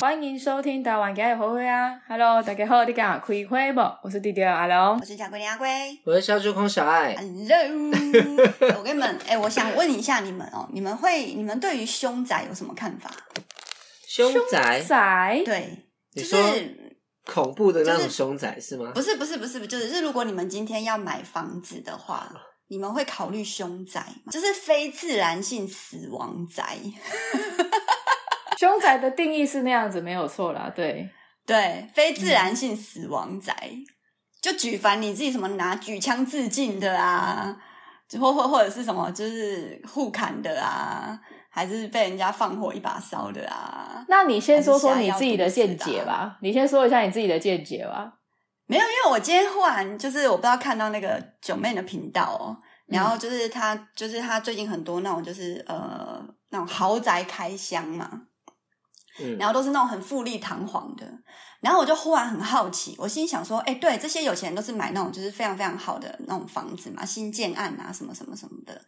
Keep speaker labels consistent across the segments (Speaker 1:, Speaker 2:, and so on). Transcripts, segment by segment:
Speaker 1: 欢迎收听台湾家的灰灰啊！Hello，大家好，你敢开会不？我是弟弟阿龙
Speaker 2: 我。是小龟林阿龟。
Speaker 3: 我是小猪空小爱，
Speaker 2: Hello，我跟你们，哎、我想问一下你们哦，你们会，你们对于凶宅有什么看法？
Speaker 3: 凶宅，
Speaker 1: 仔，
Speaker 2: 对，就
Speaker 3: 你说
Speaker 2: 是
Speaker 3: 恐怖的那
Speaker 2: 就
Speaker 3: 种
Speaker 2: 是
Speaker 3: 凶宅是吗
Speaker 2: 不？是不是不是，就是如果你们今天要买房子的话，你们会考虑凶宅吗？就是非自然性死亡宅，
Speaker 1: 凶宅的定义是那样子，没有错啦。对，
Speaker 2: 对，非自然性死亡宅，就举凡你自己什么拿举枪自尽的啊，就或或或者是什么就是互砍的啊，还是被人家放火一把烧的啊，
Speaker 1: 那你先说说
Speaker 2: 还是
Speaker 1: 你
Speaker 2: 想要
Speaker 1: 自己的见解
Speaker 2: 毒死的
Speaker 1: 吧。你先说一下你自己的见解吧。
Speaker 2: 没有，因为我今天忽然就是我不知道看到那个九妹的频道哦，
Speaker 1: 嗯
Speaker 2: 然后就是她就是她最近很多那种就是呃那种豪宅开箱嘛，
Speaker 3: 嗯，
Speaker 2: 然后都是那种很富丽堂皇的，然后我就忽然很好奇，我心想说，哎，对，这些有钱人都是买那种就是非常非常好的那种房子嘛，新建案啊什么什么什么的，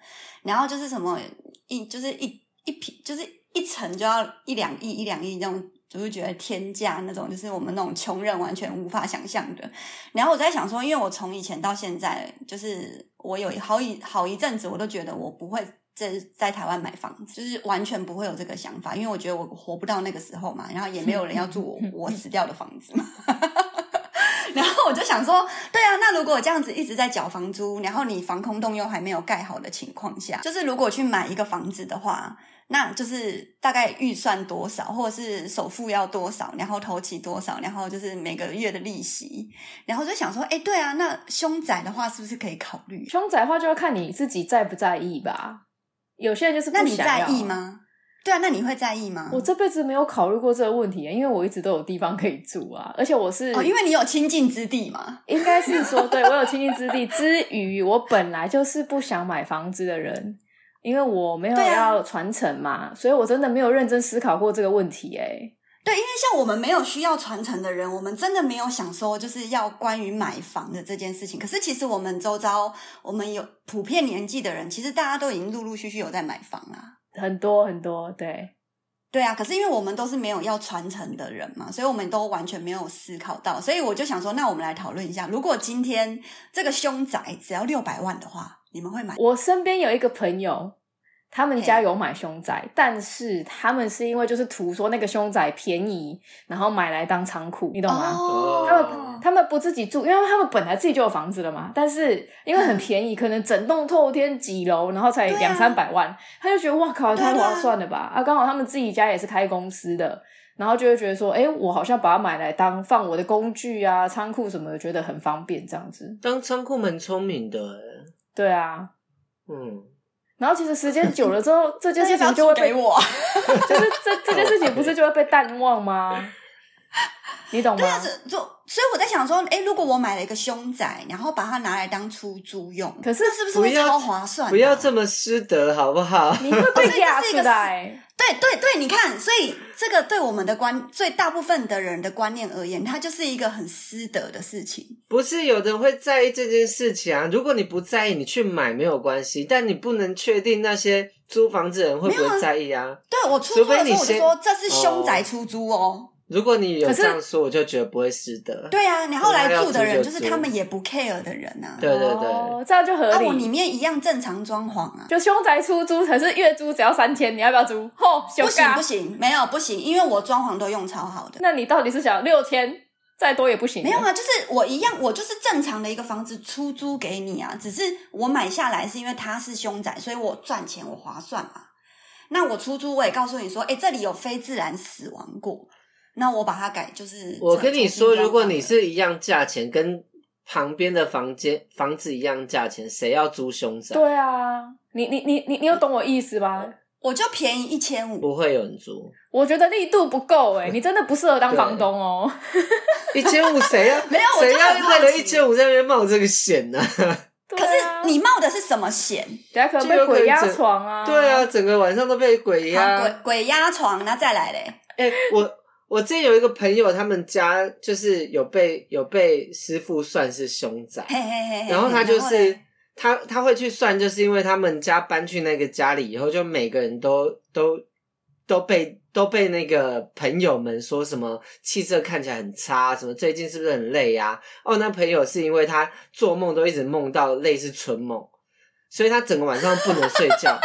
Speaker 2: 然后就是什么一就是一一平就是一层就要一两亿一两亿那种。就是觉得天价那种，就是我们那种穷人完全无法想象的。然后我在想说，因为我从以前到现在，就是我有好一好一阵子，我都觉得我不会在在台湾买房子，就是完全不会有这个想法，因为我觉得我活不到那个时候嘛，然后也没有人要住我我死掉的房子嘛。然后我就想说，对啊，那如果我这样子一直在缴房租，然后你防空洞又还没有盖好的情况下，就是如果去买一个房子的话，那就是大概预算多少，或者是首付要多少，然后头期多少，然后就是每个月的利息，然后就想说，哎，对啊，那凶宅的话是不是可以考虑？
Speaker 1: 凶宅的话，就要看你自己在不在意吧。有些人就是不
Speaker 2: 那你
Speaker 1: 想要啊
Speaker 2: 在意？吗？对啊，那你会在意吗？
Speaker 1: 我这辈子没有考虑过这个问题，啊因为我一直都有地方可以住啊，而且我是
Speaker 2: 哦，因为你有亲近之地嘛。
Speaker 1: 应该是说，对我有亲近之地之余，我本来就是不想买房子的人，因为我没有
Speaker 2: 对啊
Speaker 1: 要传承嘛，所以我真的没有认真思考过这个问题、欸。
Speaker 2: 对，因为像我们没有需要传承的人，我们真的没有想说就是要关于买房的这件事情。可是其实我们周遭，我们有普遍年纪的人，其实大家都已经陆陆续续有在买房啦。
Speaker 1: 哎，很多很多，对，
Speaker 2: 对啊，可是因为我们都是没有要传承的人嘛，所以我们都完全没有思考到，所以我就想说，那我们来讨论一下，如果今天这个凶宅只要六百万的话，你们会买？
Speaker 1: 我身边有一个朋友，他们
Speaker 2: 嘿
Speaker 1: 家有买凶宅，但是他们是因为就是图说那个凶宅便宜，然后买来当仓库，你懂吗？
Speaker 2: 哦
Speaker 1: 他们他们不自己住，因为他们本来自己就有房子了嘛，但是因为很便宜，可能整栋透天几楼，然后才
Speaker 2: 对啊
Speaker 1: 两三百万，他就觉得哇靠，
Speaker 2: 对啊
Speaker 1: 太划算了吧！啊，刚好他们自己家也是开公司的，然后就会觉得说，哎，我好像把它买来当放我的工具啊、仓库什么的，觉得很方便这样子。
Speaker 3: 当仓库蛮聪明的欸，
Speaker 1: 对啊，
Speaker 3: 嗯，
Speaker 1: 然后其实时间久了之后，这件
Speaker 2: 那
Speaker 1: 事
Speaker 2: 要不要
Speaker 1: 情就会
Speaker 2: 租
Speaker 1: 被
Speaker 2: 给我？
Speaker 1: 就是这这件事情不是就会被淡忘吗？你懂吗
Speaker 2: 对？啊，这就所以我在想说，哎，如果我买了一个凶宅，然后把它拿来当出租用，
Speaker 1: 可是
Speaker 2: 那是不是会
Speaker 3: 不要
Speaker 2: 超划算、啊
Speaker 3: 不要这。么失德好不好？
Speaker 1: 你会
Speaker 2: 哦所以
Speaker 1: 被
Speaker 2: 这
Speaker 1: 压欸
Speaker 2: 是一
Speaker 1: 出
Speaker 2: 个
Speaker 1: 来。
Speaker 2: 对对对，你看，所以这个对我们的观，最大部分的人的观念而言，它就是一个很私德的事情。
Speaker 3: 不是有的人会在意这件事情啊，如果你不在意，你去买没有关系，但你不能确定那些租房子的人会
Speaker 2: 没
Speaker 3: 不
Speaker 2: 有啊
Speaker 3: 会在意啊。
Speaker 2: 对我出
Speaker 3: 除
Speaker 2: 租的
Speaker 3: 非
Speaker 2: 时
Speaker 3: 你
Speaker 2: 候，我就
Speaker 3: 先
Speaker 2: 说这是凶宅
Speaker 3: 哦
Speaker 2: 出租哦。
Speaker 3: 如果你有
Speaker 1: 可是
Speaker 3: 这样说，我就觉得不会失德。
Speaker 2: 对啊，然后来住的人
Speaker 3: 要
Speaker 2: 就
Speaker 3: 租就是租
Speaker 2: 他们也不 care 的人啊。
Speaker 3: 对对对，
Speaker 1: 哦，这样就合
Speaker 2: 啊，我里
Speaker 1: 理。
Speaker 2: 面一样正常装潢啊。
Speaker 1: 就凶宅出租，可是月租只要三千，你要不要租？吼、
Speaker 2: 不
Speaker 1: 休
Speaker 2: 行
Speaker 1: 假
Speaker 2: 不。行，没有不行，因为我装潢都用超好的。
Speaker 1: 那你到底是想六千，再多也不行？
Speaker 2: 没有，啊，就是我一样，我就是正常的一个房子出租给你啊，只是我买下来是因为它是凶宅，所以我赚钱我划算嘛。那我出租我也告诉你说，哎，这里有非自然死亡过，那我把它改就是。
Speaker 3: 我跟你说，
Speaker 2: 重新装潢
Speaker 3: 如果你是一样价钱，跟旁边的房间房子一样价钱，谁要租凶宅？
Speaker 1: 对啊，你你你你你有懂我意思吧？
Speaker 2: 我就便宜一千五，
Speaker 3: 不会有人租
Speaker 1: 我觉得力度不够哎、你真的不适合当房东哦。
Speaker 3: 一千五，谁 要
Speaker 2: 没有我
Speaker 3: 谁
Speaker 2: 就很
Speaker 3: 要为
Speaker 2: 好
Speaker 3: 了
Speaker 2: 奇
Speaker 3: 一千五在那边冒这个险呢、
Speaker 1: 可
Speaker 2: 可
Speaker 3: 啊
Speaker 2: 是你冒的是什么险？
Speaker 1: 啊等下可能被鬼压床啊。
Speaker 3: 对啊，，整个晚上都被鬼
Speaker 2: 好
Speaker 3: 压
Speaker 2: 鬼。鬼压床，那再来嘞。
Speaker 3: 哎、我我之前有一个朋友，他们家就是有被有被师傅算是凶宅，
Speaker 2: 嘿嘿嘿嘿，
Speaker 3: 然后他就
Speaker 2: 然
Speaker 3: 是
Speaker 2: 嘞
Speaker 3: 他他会去算，就是因为他们家搬去那个家里以后，就每个人都都都被都被那个朋友们说什么气色看起来很差，啊什么最近是不是很累呀、哦，那朋友是因为他做梦都一直梦到类似春梦，所以他整个晚上不能睡 觉。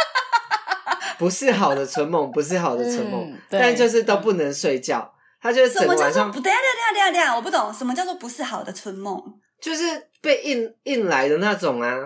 Speaker 3: 不是好的春梦，不是好的
Speaker 2: 啊
Speaker 3: 春梦，
Speaker 1: 嗯对
Speaker 3: 但就是都不能睡觉。他就是
Speaker 2: 什
Speaker 3: 整
Speaker 2: 么
Speaker 3: 个
Speaker 2: 叫
Speaker 3: 晚
Speaker 2: 做
Speaker 3: 上
Speaker 2: 不？等一下等一下等一下等一下，我不懂什么叫做不是好的春梦，
Speaker 3: 就是被硬硬来的那种啊。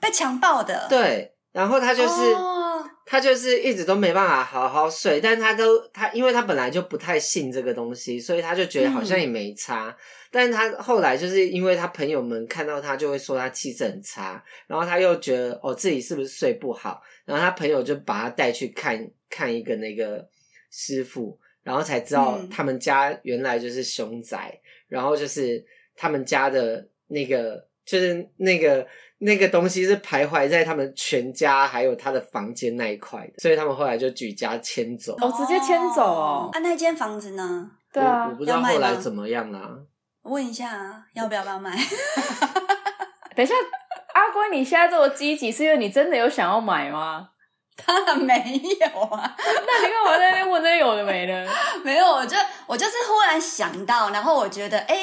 Speaker 2: 被强暴的。，
Speaker 3: 对，然后他就是、
Speaker 2: 哦
Speaker 3: 他就是一直都没办法好好睡，但他都他因为他本来就不太信这个东西，所以他就觉得好
Speaker 2: 嗯
Speaker 3: 像也没差。但他后来就是因为他朋友们看到他就会说他气质很差，然后他又觉得哦自己是不是睡不好，然后他朋友就把他带去看看一个那个师傅，然后才知道
Speaker 2: 嗯
Speaker 3: 他们家原来就是凶宅，然后就是他们家的那个，就是那个那个东西是徘徊在他们全家还有他的房间那一块的，所以他们后来就举家迁走。
Speaker 1: 哦直接迁走哦
Speaker 2: 啊，那间房子呢？
Speaker 1: 对
Speaker 3: 我
Speaker 1: 啊
Speaker 3: 我，不知道
Speaker 2: 要卖
Speaker 3: 后来
Speaker 2: 吗
Speaker 3: 怎么样啦、
Speaker 2: 问一下啊，要不要帮卖？
Speaker 1: 等一下，阿关，你现在这么积极，是因为你真的有想要买吗？
Speaker 2: 当然没有啊，
Speaker 1: 那你干嘛在那边问这些有的没的？
Speaker 2: 没有，我就我就是忽然想到，然后我觉得，哎、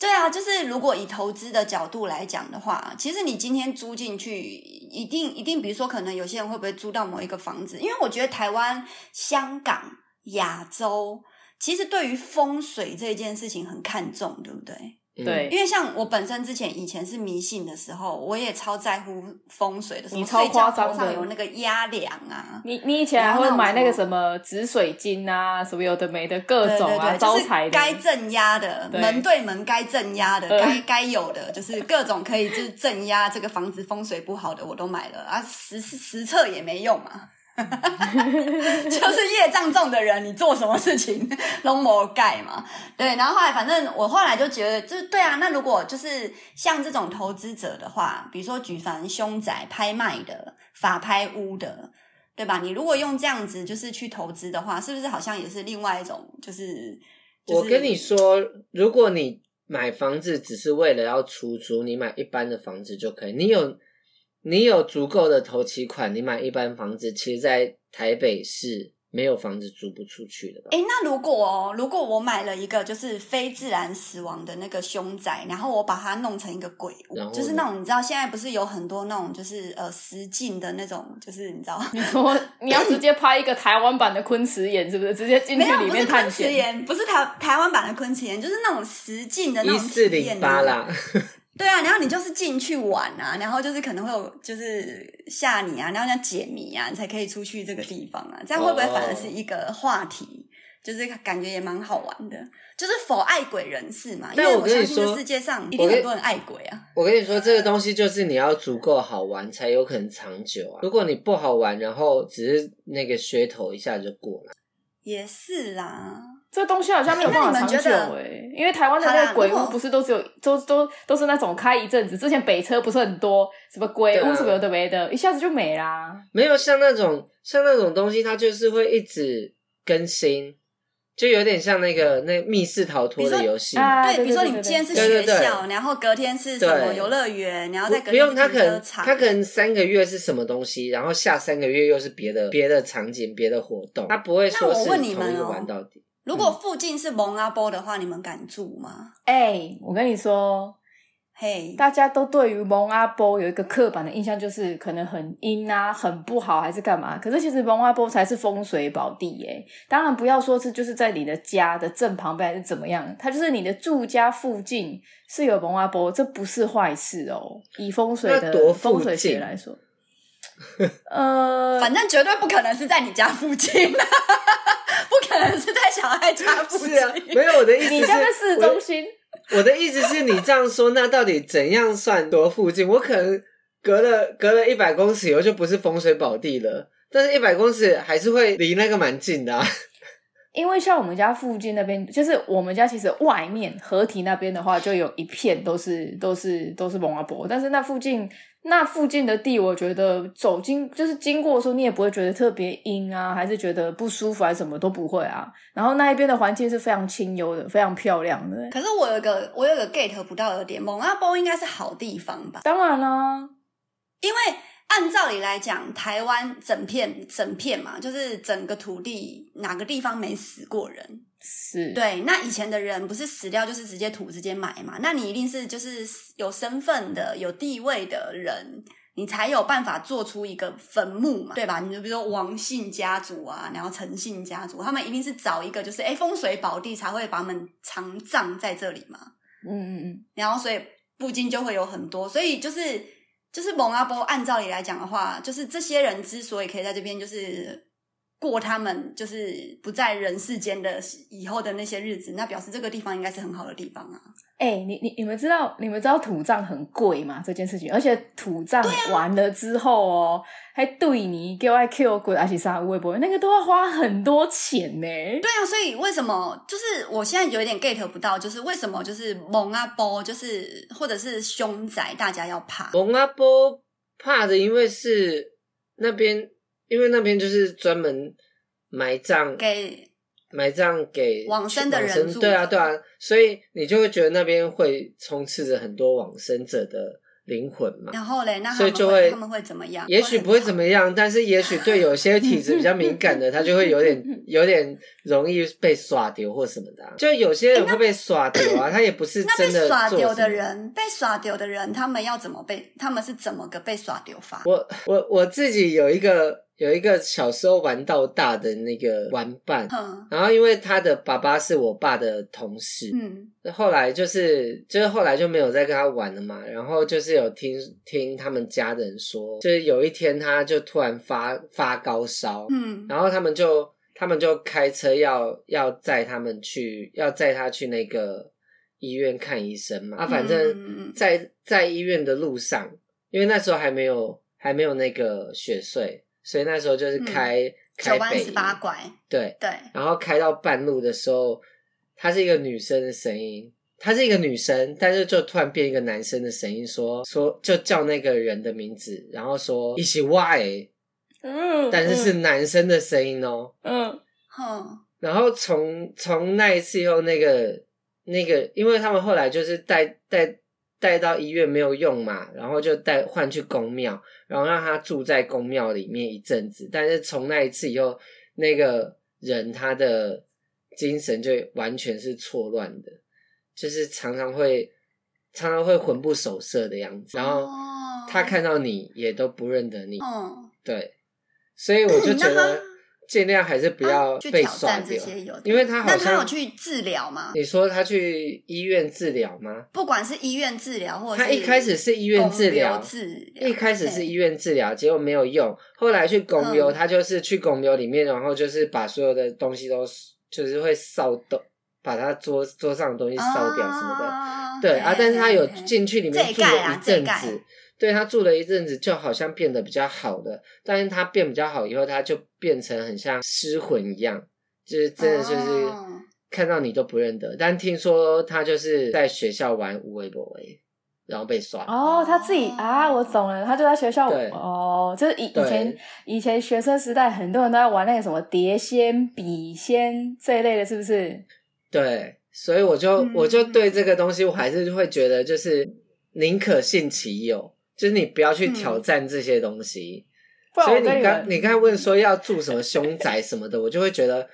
Speaker 2: 对啊，就是如果以投资的角度来讲的话，其实你今天租进去，一定一定，比如说，可能有些人会不会租到某一个房子？因为我觉得台湾、香港、亚洲，其实对于风水这件事情很看重，对不对？
Speaker 3: 嗯
Speaker 1: 对
Speaker 2: 因为像我本身之前以前是迷信的时候，我也超在乎风水的，什么
Speaker 1: 你超
Speaker 2: 睡觉
Speaker 1: 夸张
Speaker 2: 头上
Speaker 1: 的
Speaker 2: 有那个压梁啊，
Speaker 1: 你你以前还会
Speaker 2: 然后
Speaker 1: 买那个
Speaker 2: 什
Speaker 1: 什么紫水晶啊，什么有的没的各
Speaker 2: 对
Speaker 1: 种
Speaker 2: 对
Speaker 1: 啊，
Speaker 2: 对，
Speaker 1: 招
Speaker 2: 就
Speaker 1: 财
Speaker 2: 是
Speaker 1: 的。
Speaker 2: 该镇压的
Speaker 1: 对
Speaker 2: 门对门该镇压的，
Speaker 1: 呃
Speaker 2: 该该有的，就是各种可以就是镇压这个房子风水不好的我都买了啊，实实测也没用嘛。 就是业障重的人，你做什么事情 都没盖嘛。对，然后后来反正我后来就觉得，就是对啊，那如果就是像这种投资者的话，比如说举凡凶宅拍卖的、法拍屋的，对吧？你如果用这样子就是去投资的话，是不是好像也是另外一种就是？就是、
Speaker 3: 我跟你说，如果你买房子只是为了要出租，你买一般的房子就可以。你有你有足够的头期款，你买一般房子，其实，在台北市没有房子租不出去的吧？
Speaker 2: 诶，那如果哦，如果我买了一个就是非自然死亡的那个凶宅，然后我把它弄成一个鬼屋
Speaker 3: 然后，呢
Speaker 2: 就是那种你知道现在不是有很多那种就是呃实境的那种，就是你知 道。
Speaker 1: 你说你要直接拍一个台湾版的昆池岩，是不是？直接进
Speaker 2: 没
Speaker 1: 去
Speaker 2: 有，啊
Speaker 1: 里
Speaker 2: 不
Speaker 1: 面
Speaker 2: 是
Speaker 1: 探
Speaker 2: 昆池
Speaker 1: 险？
Speaker 2: 岩，不是台台湾版的昆池岩，就是那种实境的那
Speaker 3: 一
Speaker 2: 种
Speaker 3: 四
Speaker 2: 体
Speaker 3: 零
Speaker 2: 验
Speaker 3: 八
Speaker 2: 啊
Speaker 3: 啦，
Speaker 2: 对啊，然后你就是进去玩啊，然后就是可能会有就是吓你啊，然后要解谜啊，你才可以出去这个地方啊，这样会不会反而是一个话题？就是感觉也蛮好玩的，就是否爱鬼人士嘛，因
Speaker 3: 但
Speaker 2: 为
Speaker 3: 我
Speaker 2: 我
Speaker 3: 跟
Speaker 2: 相
Speaker 3: 你
Speaker 2: 信这
Speaker 3: 说
Speaker 2: 世界上一定
Speaker 3: 我跟
Speaker 2: 很多人爱鬼啊。
Speaker 3: 我跟你说，这个东西就是你要足够好玩，才有可能长久啊。如果你不好玩，然后只是那个噱头一下就过了，
Speaker 2: 也是啦，
Speaker 1: 这东西好像没有办法
Speaker 2: 那
Speaker 1: 长
Speaker 2: 你们
Speaker 1: 久
Speaker 2: 觉得
Speaker 1: 哎、因为台湾的那个鬼
Speaker 2: 好啦如
Speaker 1: 屋
Speaker 2: 果
Speaker 1: 不是都只有都都都是那种开一阵子，之前北车不是很多什么鬼
Speaker 3: 对
Speaker 1: 屋
Speaker 3: 啊
Speaker 1: 什么有的没的，一下子就没啦。
Speaker 3: 没有像那种像那种东西，它就是会一直更新，就有点像那个那密室逃脱的游戏。
Speaker 1: 啊，
Speaker 2: 对，比如说你
Speaker 1: 对
Speaker 2: 今天是
Speaker 3: 对
Speaker 2: 学
Speaker 3: 对对
Speaker 2: 校，然后隔天是什么
Speaker 3: 对
Speaker 2: 游乐园，然后再
Speaker 3: 不
Speaker 2: 隔
Speaker 3: 不
Speaker 2: 天
Speaker 3: 用，
Speaker 2: 是
Speaker 3: 他
Speaker 2: 停
Speaker 3: 可
Speaker 2: 车
Speaker 3: 能
Speaker 2: 场，
Speaker 3: 他可能嗯三个月是什么东西，然后下三个月又是别的别的场景、别的活动，他不会
Speaker 2: 那
Speaker 3: 说
Speaker 2: 我
Speaker 3: 是
Speaker 2: 问
Speaker 3: 同
Speaker 2: 你
Speaker 3: 一
Speaker 2: 们
Speaker 3: 个
Speaker 2: 哦
Speaker 3: 玩到 底。
Speaker 2: 如果附近是蒙阿波的话，你们敢住吗？
Speaker 1: 哎、我跟你说，
Speaker 2: 嘿、
Speaker 1: 大家都对于蒙阿波有一个刻板的印象，就是可能很阴啊，很不好，还是干嘛？可是其实蒙阿波才是风水宝地耶、当然不要说是就是在你的家的正旁边还是怎么样，它就是你的住家附近是有蒙阿波，这不是坏事哦、以风水
Speaker 3: 那
Speaker 1: 的
Speaker 3: 多附
Speaker 1: 风水学
Speaker 3: 近
Speaker 1: 来 说，呃，
Speaker 2: 反正绝对不可能是在你家附近，啊不可能是在小孩家附
Speaker 3: 是
Speaker 2: 近。
Speaker 3: 啊，没有我的意思是，
Speaker 1: 你家在市
Speaker 3: 我的
Speaker 1: 中心。
Speaker 3: 我的意思是你这样说，那到底怎样算多附近？我可能隔了隔了一百公尺以后就不是风水宝地了，但是一百公尺还是会离那个蛮近的、啊。
Speaker 1: 因为像我们家附近那边，就是我们家其实外面合体那边的话，就有一片都是都是都是蒙阿伯，但是那附近那附近的地，我觉得走经就是经过的时候，你也不会觉得特别阴啊，还是觉得不舒服，还是什么都不会啊。然后那一边的环境是非常清幽的，非常漂亮的。
Speaker 2: 可是我有个我有个 get 不到的点，蒙阿波应该是好地方吧？
Speaker 1: 当然啦，
Speaker 2: 因为按照理来讲，台湾整片整片嘛，就是整个土地哪个地方没死过人？
Speaker 1: 是，
Speaker 2: 对，那以前的人不是死掉就是直接土直接埋嘛？那你一定是就是有身份的、有地位的人，你才有办法做出一个坟墓嘛，对吧？你就比如说王姓家族啊，然后陈姓家族，他们一定是找一个就是哎风水宝地才会把他们藏葬在这里嘛。
Speaker 1: 嗯嗯嗯，
Speaker 2: 然后所以附近就会有很多，所以就是就是蒙阿波，按照理来讲的话，就是这些人之所以可以在这边就是过他们就是不在人世间的以后的那些日子，那表示这个地方应该是很好的地方啊。
Speaker 1: 哎、你你你们知道你们知道土葬很贵吗？这件事情，而且土葬完了之后哦，还对你给外 Q 滚阿西沙微博，那个都要花很多钱呢。
Speaker 2: 对啊，所以为什么就是我现在有一点 get 不到，就是为什么就是蒙阿波就是或者是凶宅大家要怕？
Speaker 3: 蒙阿波怕的，因为是那边，因为那边就是专门埋葬
Speaker 2: 给
Speaker 3: 埋葬给
Speaker 2: 往生的人
Speaker 3: 往
Speaker 2: 住
Speaker 3: 对啊对啊，所以你就会觉得那边会充斥着很多往生者的灵魂嘛。
Speaker 2: 然后嘞，那他
Speaker 3: 所以
Speaker 2: 们
Speaker 3: 就
Speaker 2: 会
Speaker 3: 会
Speaker 2: 他们会怎么样？
Speaker 3: 也许不会怎么样，但是也许对有些体质比较敏感 的，他就会有点有点容易被耍丢或什么的啊、就有些人会被耍丢啊，他也不是
Speaker 2: 那
Speaker 3: 真的
Speaker 2: 被耍
Speaker 3: 做
Speaker 2: 丢
Speaker 3: 什
Speaker 2: 的
Speaker 3: 么。
Speaker 2: 人，被耍丢的人，他们要怎么被？他们是怎么个被耍丢法？
Speaker 3: 我我我自己有一个有一个小时候玩到大的那个玩伴，
Speaker 2: 哼，
Speaker 3: 然后因为他的爸爸是我爸的同事，
Speaker 2: 嗯，
Speaker 3: 后来就是就是后来就没有再跟他玩了嘛。然后就是有听听他们家人说，就是有一天他就突然发发高烧，
Speaker 2: 嗯，
Speaker 3: 然后他们就他们就开车要要载他们去，要载他去那个医院看医生嘛。啊，
Speaker 2: 嗯
Speaker 3: 反
Speaker 2: 嗯嗯
Speaker 3: 正在在医院的路上，因为那时候还没有还没有那个雪隧，所以那时候就是开、
Speaker 2: 嗯九
Speaker 3: 开
Speaker 2: 弯
Speaker 3: 北
Speaker 2: 十
Speaker 3: 宜
Speaker 2: 八拐，
Speaker 3: 对，
Speaker 2: 对，
Speaker 3: 然后开到半路的时候，她是一个女生的声音。她是一个女生，但是就突然变一个男生的声音说说就叫那个人的名字，然后说一起哇欸，
Speaker 1: 嗯，
Speaker 3: 但是是男生的声音哦，
Speaker 1: 嗯
Speaker 2: 哼，
Speaker 3: 然后从从那一次以后，那个那个，因为他们后来就是带带带到医院没有用嘛，然后就带换去公庙，然后让他住在公庙里面一阵子。但是从那一次以后，那个人他的精神就完全是错乱的，就是常常会常常会魂不守舍的样子，然后
Speaker 2: 哦
Speaker 3: 他看到你也都不认得你，
Speaker 2: 嗯，
Speaker 3: 对，所以我就觉
Speaker 2: 哦 那
Speaker 3: 得
Speaker 2: 他
Speaker 3: 尽量还是不要
Speaker 2: 啊去
Speaker 3: 被
Speaker 2: 挑
Speaker 3: 耍
Speaker 2: 战这
Speaker 3: 掉。
Speaker 2: 些有的，
Speaker 3: 因为他好
Speaker 2: 那他
Speaker 3: 像
Speaker 2: 有去治疗吗？
Speaker 3: 你说他去医院治疗吗？
Speaker 2: 不管是医院治疗，或者
Speaker 3: 他一开始是医院治疗
Speaker 2: 公留治疗
Speaker 3: 一开始是
Speaker 2: 对
Speaker 3: 医院治疗，结果没有用。后来去拱流，
Speaker 2: 嗯
Speaker 3: 他就是去拱流里面，然后就是把所有的东西都就是会烧掉，把他桌桌上的东西烧掉什么的。
Speaker 2: 啊
Speaker 3: 对
Speaker 2: 嘿
Speaker 3: 啊，但是他有
Speaker 2: 嘿嘿嘿
Speaker 3: 进去里面
Speaker 2: 这一
Speaker 3: 住
Speaker 2: 盖
Speaker 3: 了
Speaker 2: 啊
Speaker 3: 一
Speaker 2: 这一
Speaker 3: 阵
Speaker 2: 盖
Speaker 3: 子，对他住了一阵子，就好像变得比较好了。但是他变比较好以后，他就变成很像失魂一样，就是真的就是
Speaker 2: 哦
Speaker 3: 看到你都不认得。但听说他就是在学校玩无为不为，然后被刷。
Speaker 1: 哦，他自己啊，我懂了，他就在学校
Speaker 3: 对
Speaker 1: 哦，就是以以
Speaker 3: 对
Speaker 1: 前以前学生时代，很多人都在玩那个什么碟仙、笔仙这一类的，是不是？
Speaker 3: 对，所以我就、
Speaker 2: 嗯
Speaker 3: 我就对这个东西，我还是会觉得就是宁可信其有，就是你不要去
Speaker 2: 嗯
Speaker 3: 挑战这些东西。
Speaker 1: 不然
Speaker 3: 所
Speaker 1: 我
Speaker 3: 以
Speaker 1: 跟们
Speaker 3: 你刚你刚才问说要住什么凶宅什么的，我就会觉得，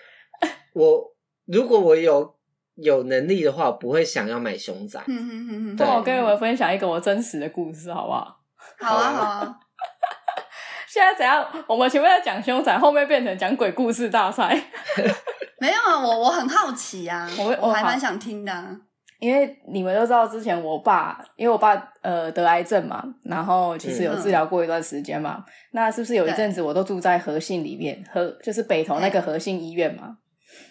Speaker 3: 我如果我有有能力的话，我不会想要买凶宅。
Speaker 2: 嗯嗯嗯嗯，
Speaker 1: 不
Speaker 3: 对
Speaker 1: 然我跟你们分享一个我真实的故事，好不好？
Speaker 2: 好啊好啊，
Speaker 1: 现在怎样？我们前面在讲凶宅，后面变成讲鬼故事大赛。
Speaker 2: 没有啊，我我很好奇啊，
Speaker 1: 我
Speaker 2: 我
Speaker 1: 我
Speaker 2: 还
Speaker 1: 好
Speaker 2: 蛮想听的啊。
Speaker 1: 因为你们都知道，之前我爸，因为我爸呃得癌症嘛，然后其实有治疗过一段时间嘛。那是不是有一阵子我都住在和信里面，和就是北投那个和信医院嘛？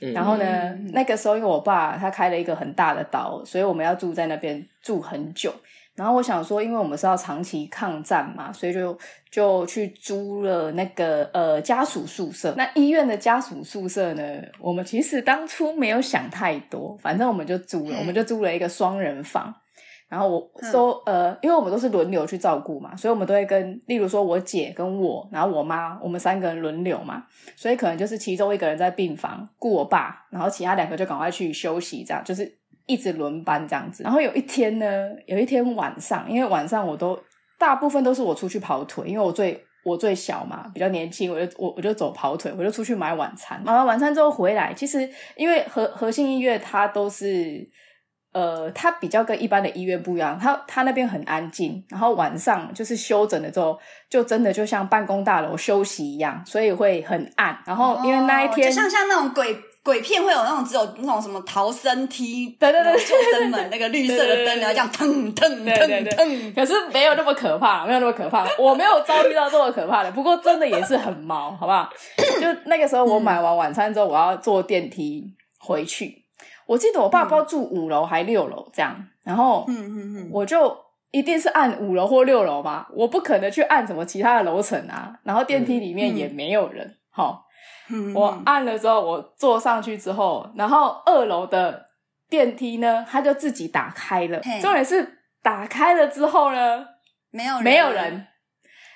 Speaker 3: 嗯
Speaker 1: 然后呢，
Speaker 2: 嗯
Speaker 1: 那个时候因为我爸他开了一个很大的刀，所以我们要住在那边住很久。然后我想说，因为我们是要长期抗战嘛，所以就就去租了那个呃家属宿舍。那医院的家属宿舍呢，我们其实当初没有想太多，反正我们就租了，
Speaker 2: 嗯
Speaker 1: 我们就租了一个双人房。然后我
Speaker 2: 嗯
Speaker 1: 都、呃，因为我们都是轮流去照顾嘛，所以我们都会跟，例如说我姐跟我，然后我妈，我们三个人轮流嘛，所以可能就是其中一个人在病房顾我爸，然后其他两个就赶快去休息，这样就是一直轮班这样子。然后有一天呢，有一天晚上，因为晚上我都大部分都是我出去跑腿，因为我最我最小嘛，比较年轻，我就我我就走跑腿，我就出去买晚餐，买完晚餐之后回来，其实因为和和信音乐它都是。呃，它比较跟一般的医院不一样，它它那边很安静，然后晚上就是休整了之后，就真的就像办公大楼休息一样，所以会很暗。然后哦因为那一天，
Speaker 2: 哦就像像那种鬼鬼片会有那种只有那种什么逃生梯，
Speaker 1: 对对对
Speaker 2: 那种救生门那个绿色的灯，然后这样腾腾
Speaker 1: 对对
Speaker 2: 腾
Speaker 1: 对
Speaker 2: 腾，
Speaker 1: 可是没有那么可怕，没有那么可怕，我没有遭遇到这么可怕的。不过真的也是很毛，好不好？就那个时候我买完晚餐之后，我要坐电梯回去。我记得我爸不知道住五楼还六楼这样，然后
Speaker 2: 嗯嗯嗯，
Speaker 1: 我就一定是按五楼或六楼嘛，我不可能去按什么其他的楼层啊。然后电梯里面也没有人，好、
Speaker 2: 嗯
Speaker 1: 我按了之后，我坐上去之后，然后二楼的电梯呢，它就自己打开了
Speaker 2: 嘿。
Speaker 1: 重点是打开了之后呢，
Speaker 2: 没有
Speaker 1: 没有人，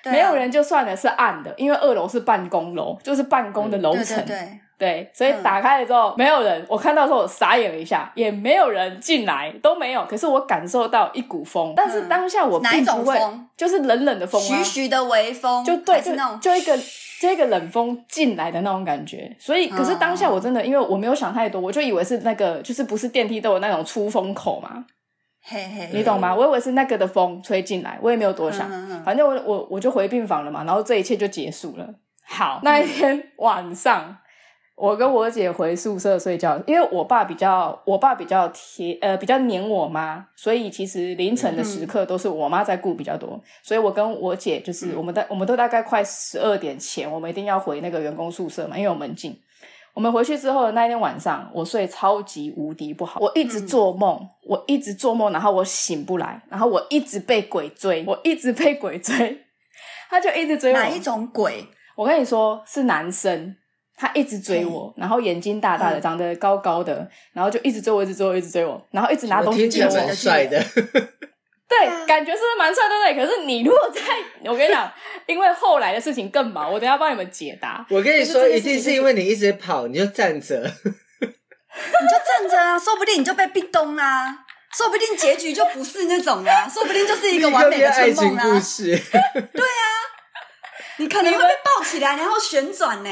Speaker 2: 对啊
Speaker 1: 没有人就算了是暗的，因为二楼是办公楼，就是办公的楼
Speaker 2: 嗯对
Speaker 1: 层，
Speaker 2: 对对，
Speaker 1: 对所以
Speaker 2: 嗯
Speaker 1: 打开了之后、没有人，我看到的时候我傻眼了一下，也没有人进来，都没有。可是我感受到一股风，但是当下我
Speaker 2: 嗯哪一
Speaker 1: 并
Speaker 2: 种
Speaker 1: 不会，
Speaker 2: 风
Speaker 1: 就是冷冷的风啊，
Speaker 2: 徐徐的微风，
Speaker 1: 就对，
Speaker 2: 还
Speaker 1: 就是
Speaker 2: 那种
Speaker 1: 就一个就一个冷风进来的那种感觉。所以，可是当下我真的因为我没有想太多，我就以为是那个就是不是电梯都有那种出风口嘛，
Speaker 2: 嘿嘿，
Speaker 1: 你懂吗？我以为是那个的风吹进来，我也没有多想。
Speaker 2: 嗯嗯嗯嗯
Speaker 1: 反正我我我就回病房了嘛，然后这一切就结束了。好，那一天晚上，我跟我姐回宿舍睡觉，因为我爸比较我爸比较贴呃比较黏我妈，所以其实凌晨的时刻都是我妈在顾比较多，所以我跟我姐就是我们大我们都大概快十二点前，我们一定要回那个员工宿舍嘛，因为有门禁。我们回去之后的那一天晚上，我睡超级无敌不好，我一
Speaker 2: 嗯
Speaker 1: 直做梦，我一直做梦，然后我醒不来，然后我一直被鬼追，我一直被鬼追，他就一直追我。
Speaker 2: 哪一种鬼？
Speaker 1: 我跟你说，是男生，他一直追我，然后眼睛大大的，
Speaker 2: 嗯
Speaker 1: 长得高高的，然后就一直追我，一直追我，一直追我，然后一直拿东西
Speaker 3: 听起
Speaker 1: 给
Speaker 3: 来
Speaker 1: 我。
Speaker 3: 蛮帅的，
Speaker 2: 啊
Speaker 1: 对，感觉是不是蛮帅，对不对？可是你如果在， 我跟你讲，因为后来的事情更忙，我等一下帮你们解答。
Speaker 3: 我跟你说，
Speaker 1: 可是这
Speaker 3: 一
Speaker 1: 件事情
Speaker 3: 定是因为你一直跑，你就站着。
Speaker 2: 你就站着啊， 说不定你就被壁咚啦、说不定结局就不是那种啦、说不定就是一个完美
Speaker 3: 变
Speaker 2: 的
Speaker 3: 爱
Speaker 2: 春梦啊
Speaker 3: 情
Speaker 2: 啦、
Speaker 3: 故事，
Speaker 2: 你可能会被抱起来，然后旋转呢、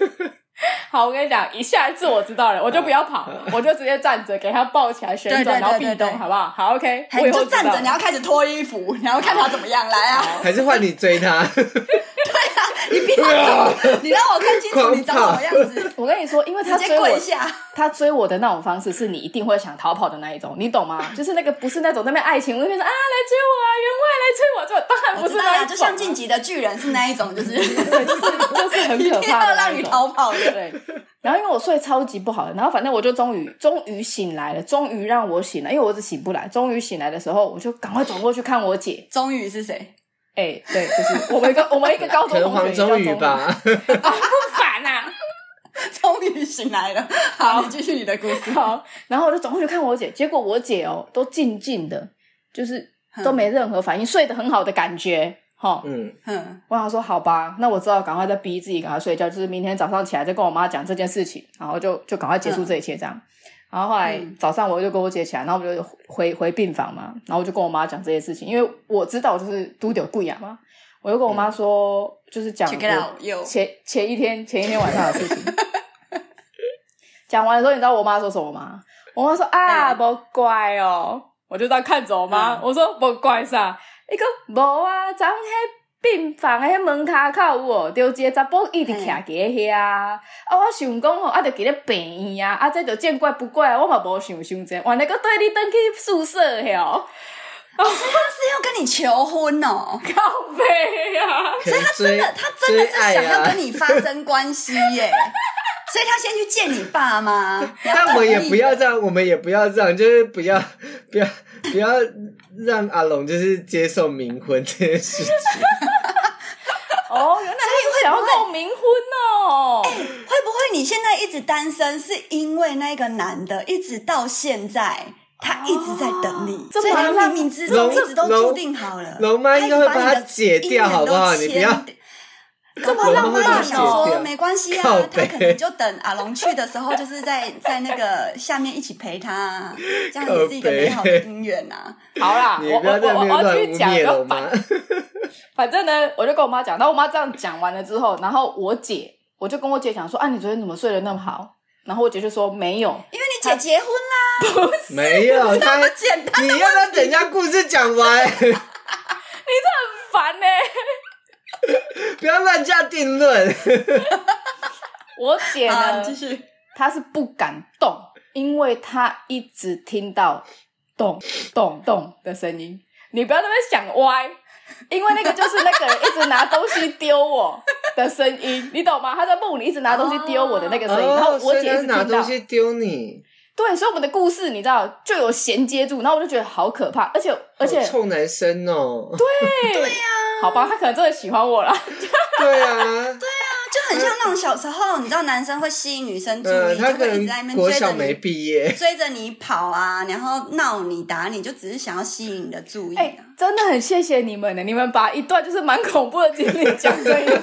Speaker 1: 好，我跟你讲，一下次我知道了，我就不要跑，我就直接站着给他抱起来旋
Speaker 2: 嗯对对
Speaker 1: 转，然后
Speaker 2: 对
Speaker 1: 壁
Speaker 2: 对
Speaker 1: 咚，
Speaker 2: 对
Speaker 1: 好不好？好，OK，
Speaker 2: 嘿
Speaker 1: 我以
Speaker 2: 你
Speaker 1: 后
Speaker 2: 就
Speaker 1: 知道
Speaker 2: 站着，
Speaker 1: 了
Speaker 2: 然后开始脱衣服，然后看他怎么样来 啊！
Speaker 3: 还是换你追他？
Speaker 2: 你不要走，你让我看清楚你长什么样子，
Speaker 1: 我跟你说，因为他
Speaker 2: 直
Speaker 1: 追
Speaker 2: 接
Speaker 1: 我
Speaker 2: 跪，下。
Speaker 1: 他追我的那种方式是你一定会想逃跑的那一种，你懂吗？就是那个不是那种那边爱情，我就说啊来追我啊，员外来追我，就当然
Speaker 2: 我
Speaker 1: 不
Speaker 2: 知
Speaker 1: 是
Speaker 2: 道
Speaker 1: 那
Speaker 2: 啦，
Speaker 1: 一
Speaker 2: 就
Speaker 1: 种、
Speaker 2: 像晋级的巨人是那一种，就是
Speaker 1: 对，就是就是很
Speaker 2: 一
Speaker 1: 可
Speaker 2: 定
Speaker 1: 怕
Speaker 2: 要
Speaker 1: 的那
Speaker 2: 让
Speaker 1: 一
Speaker 2: 你
Speaker 1: 种。
Speaker 2: 逃跑的。
Speaker 1: 对，然后因为我睡超级不好的，然后反正我就终于终于醒来了，终于让我醒了，因为我一直醒不来。终于醒来的时候，我就赶快走过去看我姐。
Speaker 2: 终于是谁？
Speaker 1: 哎、对，就是我们一个我们一个高中
Speaker 3: 可能
Speaker 1: 同学
Speaker 3: 黄
Speaker 1: 也叫
Speaker 3: 宗
Speaker 1: 钟
Speaker 3: 宇
Speaker 1: 宇，
Speaker 3: 吧。
Speaker 1: 啊不烦呐、
Speaker 2: 终于醒来了。好，你继续你的故事。
Speaker 1: 好，然后我就走过去看我姐，结果我姐哦都静静的，就是都没任何反应，睡得很好的感觉。哈，
Speaker 3: 嗯，
Speaker 2: 嗯，
Speaker 1: 我想说好吧，那我知道赶快再逼自己赶快睡觉，就是明天早上起来再跟我妈讲这件事情，然后就就赶快结束这一切这样。然后后来
Speaker 2: 嗯
Speaker 1: 早上我就跟我姐起来，然后我就回回病房嘛，然后我就跟我妈讲这件事情，因为我知道就是都丢贵呀嘛，我就跟我妈说，就是讲
Speaker 2: Check it
Speaker 1: 我
Speaker 2: out，有
Speaker 1: 前前一天前一天晚上的事情。 讲完的时候，你知道我妈说什么吗？我妈说啊，
Speaker 2: 嗯
Speaker 1: 不乖哦，我就这样看着我妈，
Speaker 2: 嗯
Speaker 1: 我说不乖啥？伊讲无啊，昨昏迄病房的迄门骹口有哦，就一个查甫一直徛伫咧遐，啊，我想讲吼，啊，就伫咧病院啊，啊，这就见怪不怪，我嘛无想想这，原来佫对你登去宿舍了哦，
Speaker 2: 他是要跟你求婚哦，
Speaker 1: 靠背啊！
Speaker 3: 所以他真的，
Speaker 2: 他真的是想要
Speaker 3: 啊
Speaker 2: 跟。你发生关系耶，所以他先去见你爸妈。然后
Speaker 3: 但我也
Speaker 2: 同意
Speaker 3: 不要这样，我们也不要这样，就是不要 不要不要让阿龙就是接受冥婚这件事情。
Speaker 1: 哦，原来他是想要跟我冥婚哦，
Speaker 2: 会不会你现在一直单身，是因为那个男的一直到现在，他一直在等
Speaker 3: 哦
Speaker 2: 你，
Speaker 1: 这
Speaker 2: 所以
Speaker 1: 马
Speaker 2: 他
Speaker 1: 上
Speaker 2: 明明之中
Speaker 3: 龙
Speaker 2: 一直都
Speaker 3: 龙
Speaker 2: 注定好了。
Speaker 3: 龙妈应该会
Speaker 2: 他一直
Speaker 3: 帮他
Speaker 2: 把你的
Speaker 3: 解掉
Speaker 2: 姻缘都
Speaker 3: 好不好你不要
Speaker 2: 签搞不好浪
Speaker 3: 我
Speaker 2: 妈
Speaker 3: 都
Speaker 2: 也
Speaker 3: 是
Speaker 2: 想
Speaker 3: 解
Speaker 2: 说
Speaker 3: 掉
Speaker 2: 没关系啊
Speaker 3: 靠，
Speaker 2: 他
Speaker 3: 北
Speaker 2: 可能就等阿龙去的时候，就是在 在那个下面一起陪他啊，这样也是一个美好的姻缘啊呐。
Speaker 1: 好啦，
Speaker 3: 你
Speaker 1: 我
Speaker 3: 不要
Speaker 1: 我
Speaker 3: 在那
Speaker 1: 我
Speaker 3: 边
Speaker 1: 我要
Speaker 3: 乱
Speaker 1: 继续
Speaker 3: 污
Speaker 1: 讲，
Speaker 3: 蔑
Speaker 1: 然后
Speaker 3: 龙
Speaker 1: 反
Speaker 3: 妈。
Speaker 1: 反正呢，我就跟我妈讲，然后我妈这样讲完了之后，然后我姐我就跟我姐讲说，啊，你昨天怎么睡得那么好？然后我姐就说没有，
Speaker 2: 因为你姐结婚啦，
Speaker 3: 没有 他，
Speaker 2: 简单。
Speaker 3: 你要不要等人家故事讲完？
Speaker 1: 烦欸呢、
Speaker 3: 不要乱下定论。
Speaker 1: 我姐
Speaker 3: 啊
Speaker 2: 好，
Speaker 1: 呢
Speaker 2: 啊你，继续。
Speaker 1: 她是不敢动，因为她一直听到咚咚咚的声音。你不要在那边想歪，因为那个就是那个人一直拿东西丢我的声音，你懂吗？他在梦里一直拿东西丢我的那个声音，然后
Speaker 3: 哦，
Speaker 1: 我
Speaker 3: 所以
Speaker 1: 姐一
Speaker 3: 他
Speaker 1: 直
Speaker 3: 是拿
Speaker 1: 听到
Speaker 3: 东。西丢你，哦
Speaker 1: 对，所以我们的故事你知道就有衔接住，然后我就觉得好可怕，而且而且
Speaker 3: 好臭男生哦。
Speaker 1: 对呀，好吧，他可能真的喜欢我啦。
Speaker 3: 对啊，
Speaker 2: 就很像那种小时候，你知道男生会吸引女生注
Speaker 3: 呃，
Speaker 2: 意，
Speaker 3: 他
Speaker 2: 就
Speaker 3: 可
Speaker 2: 会一直在那
Speaker 3: 能
Speaker 2: 边
Speaker 3: 国
Speaker 2: 追着
Speaker 3: 小没
Speaker 2: 你
Speaker 3: 毕业。
Speaker 2: 追着你跑啊，然后闹你打你，就只是想要吸引你的注意
Speaker 1: 哎、
Speaker 2: 啊。
Speaker 1: 真的很谢谢你们呢，你们把一段就是蛮恐怖的经历讲成 一段，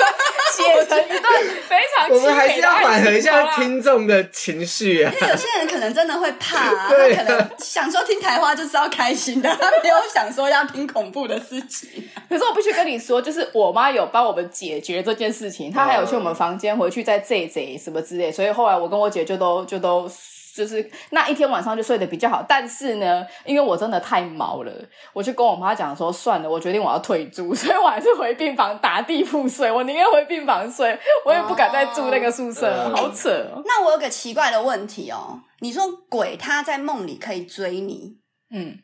Speaker 1: 写成一段非常
Speaker 3: 我们还
Speaker 1: 凄
Speaker 3: 是
Speaker 1: 美的
Speaker 3: 要
Speaker 1: 爱
Speaker 3: 缓和
Speaker 1: 情
Speaker 3: 一
Speaker 1: 好
Speaker 3: 下
Speaker 1: 啦
Speaker 3: 听众的情绪啊。
Speaker 2: 因为有些人可能真的会怕 啊，
Speaker 3: 对
Speaker 2: 他可能想说听台话就是要开心的，他没有想说要听恐怖的事 情。
Speaker 1: 可是我必须跟你说，就是我妈有帮我们解决这件事情，她还有去我们房间回去再 Z Z 什么之类，所以后来我跟我姐就都就都就是那一天晚上就睡得比较好。但是呢，因为我真的太毛了，我就跟我妈讲说，算了，我决定我要退租，所以我还是回病房打地铺睡，我宁愿回病房睡，我也不敢再住那个宿舍了，
Speaker 2: 嗯
Speaker 3: 哦
Speaker 1: 好扯、哦。
Speaker 2: 那我有个奇怪的问题哦，你说鬼他在梦里可以追你，
Speaker 1: 嗯，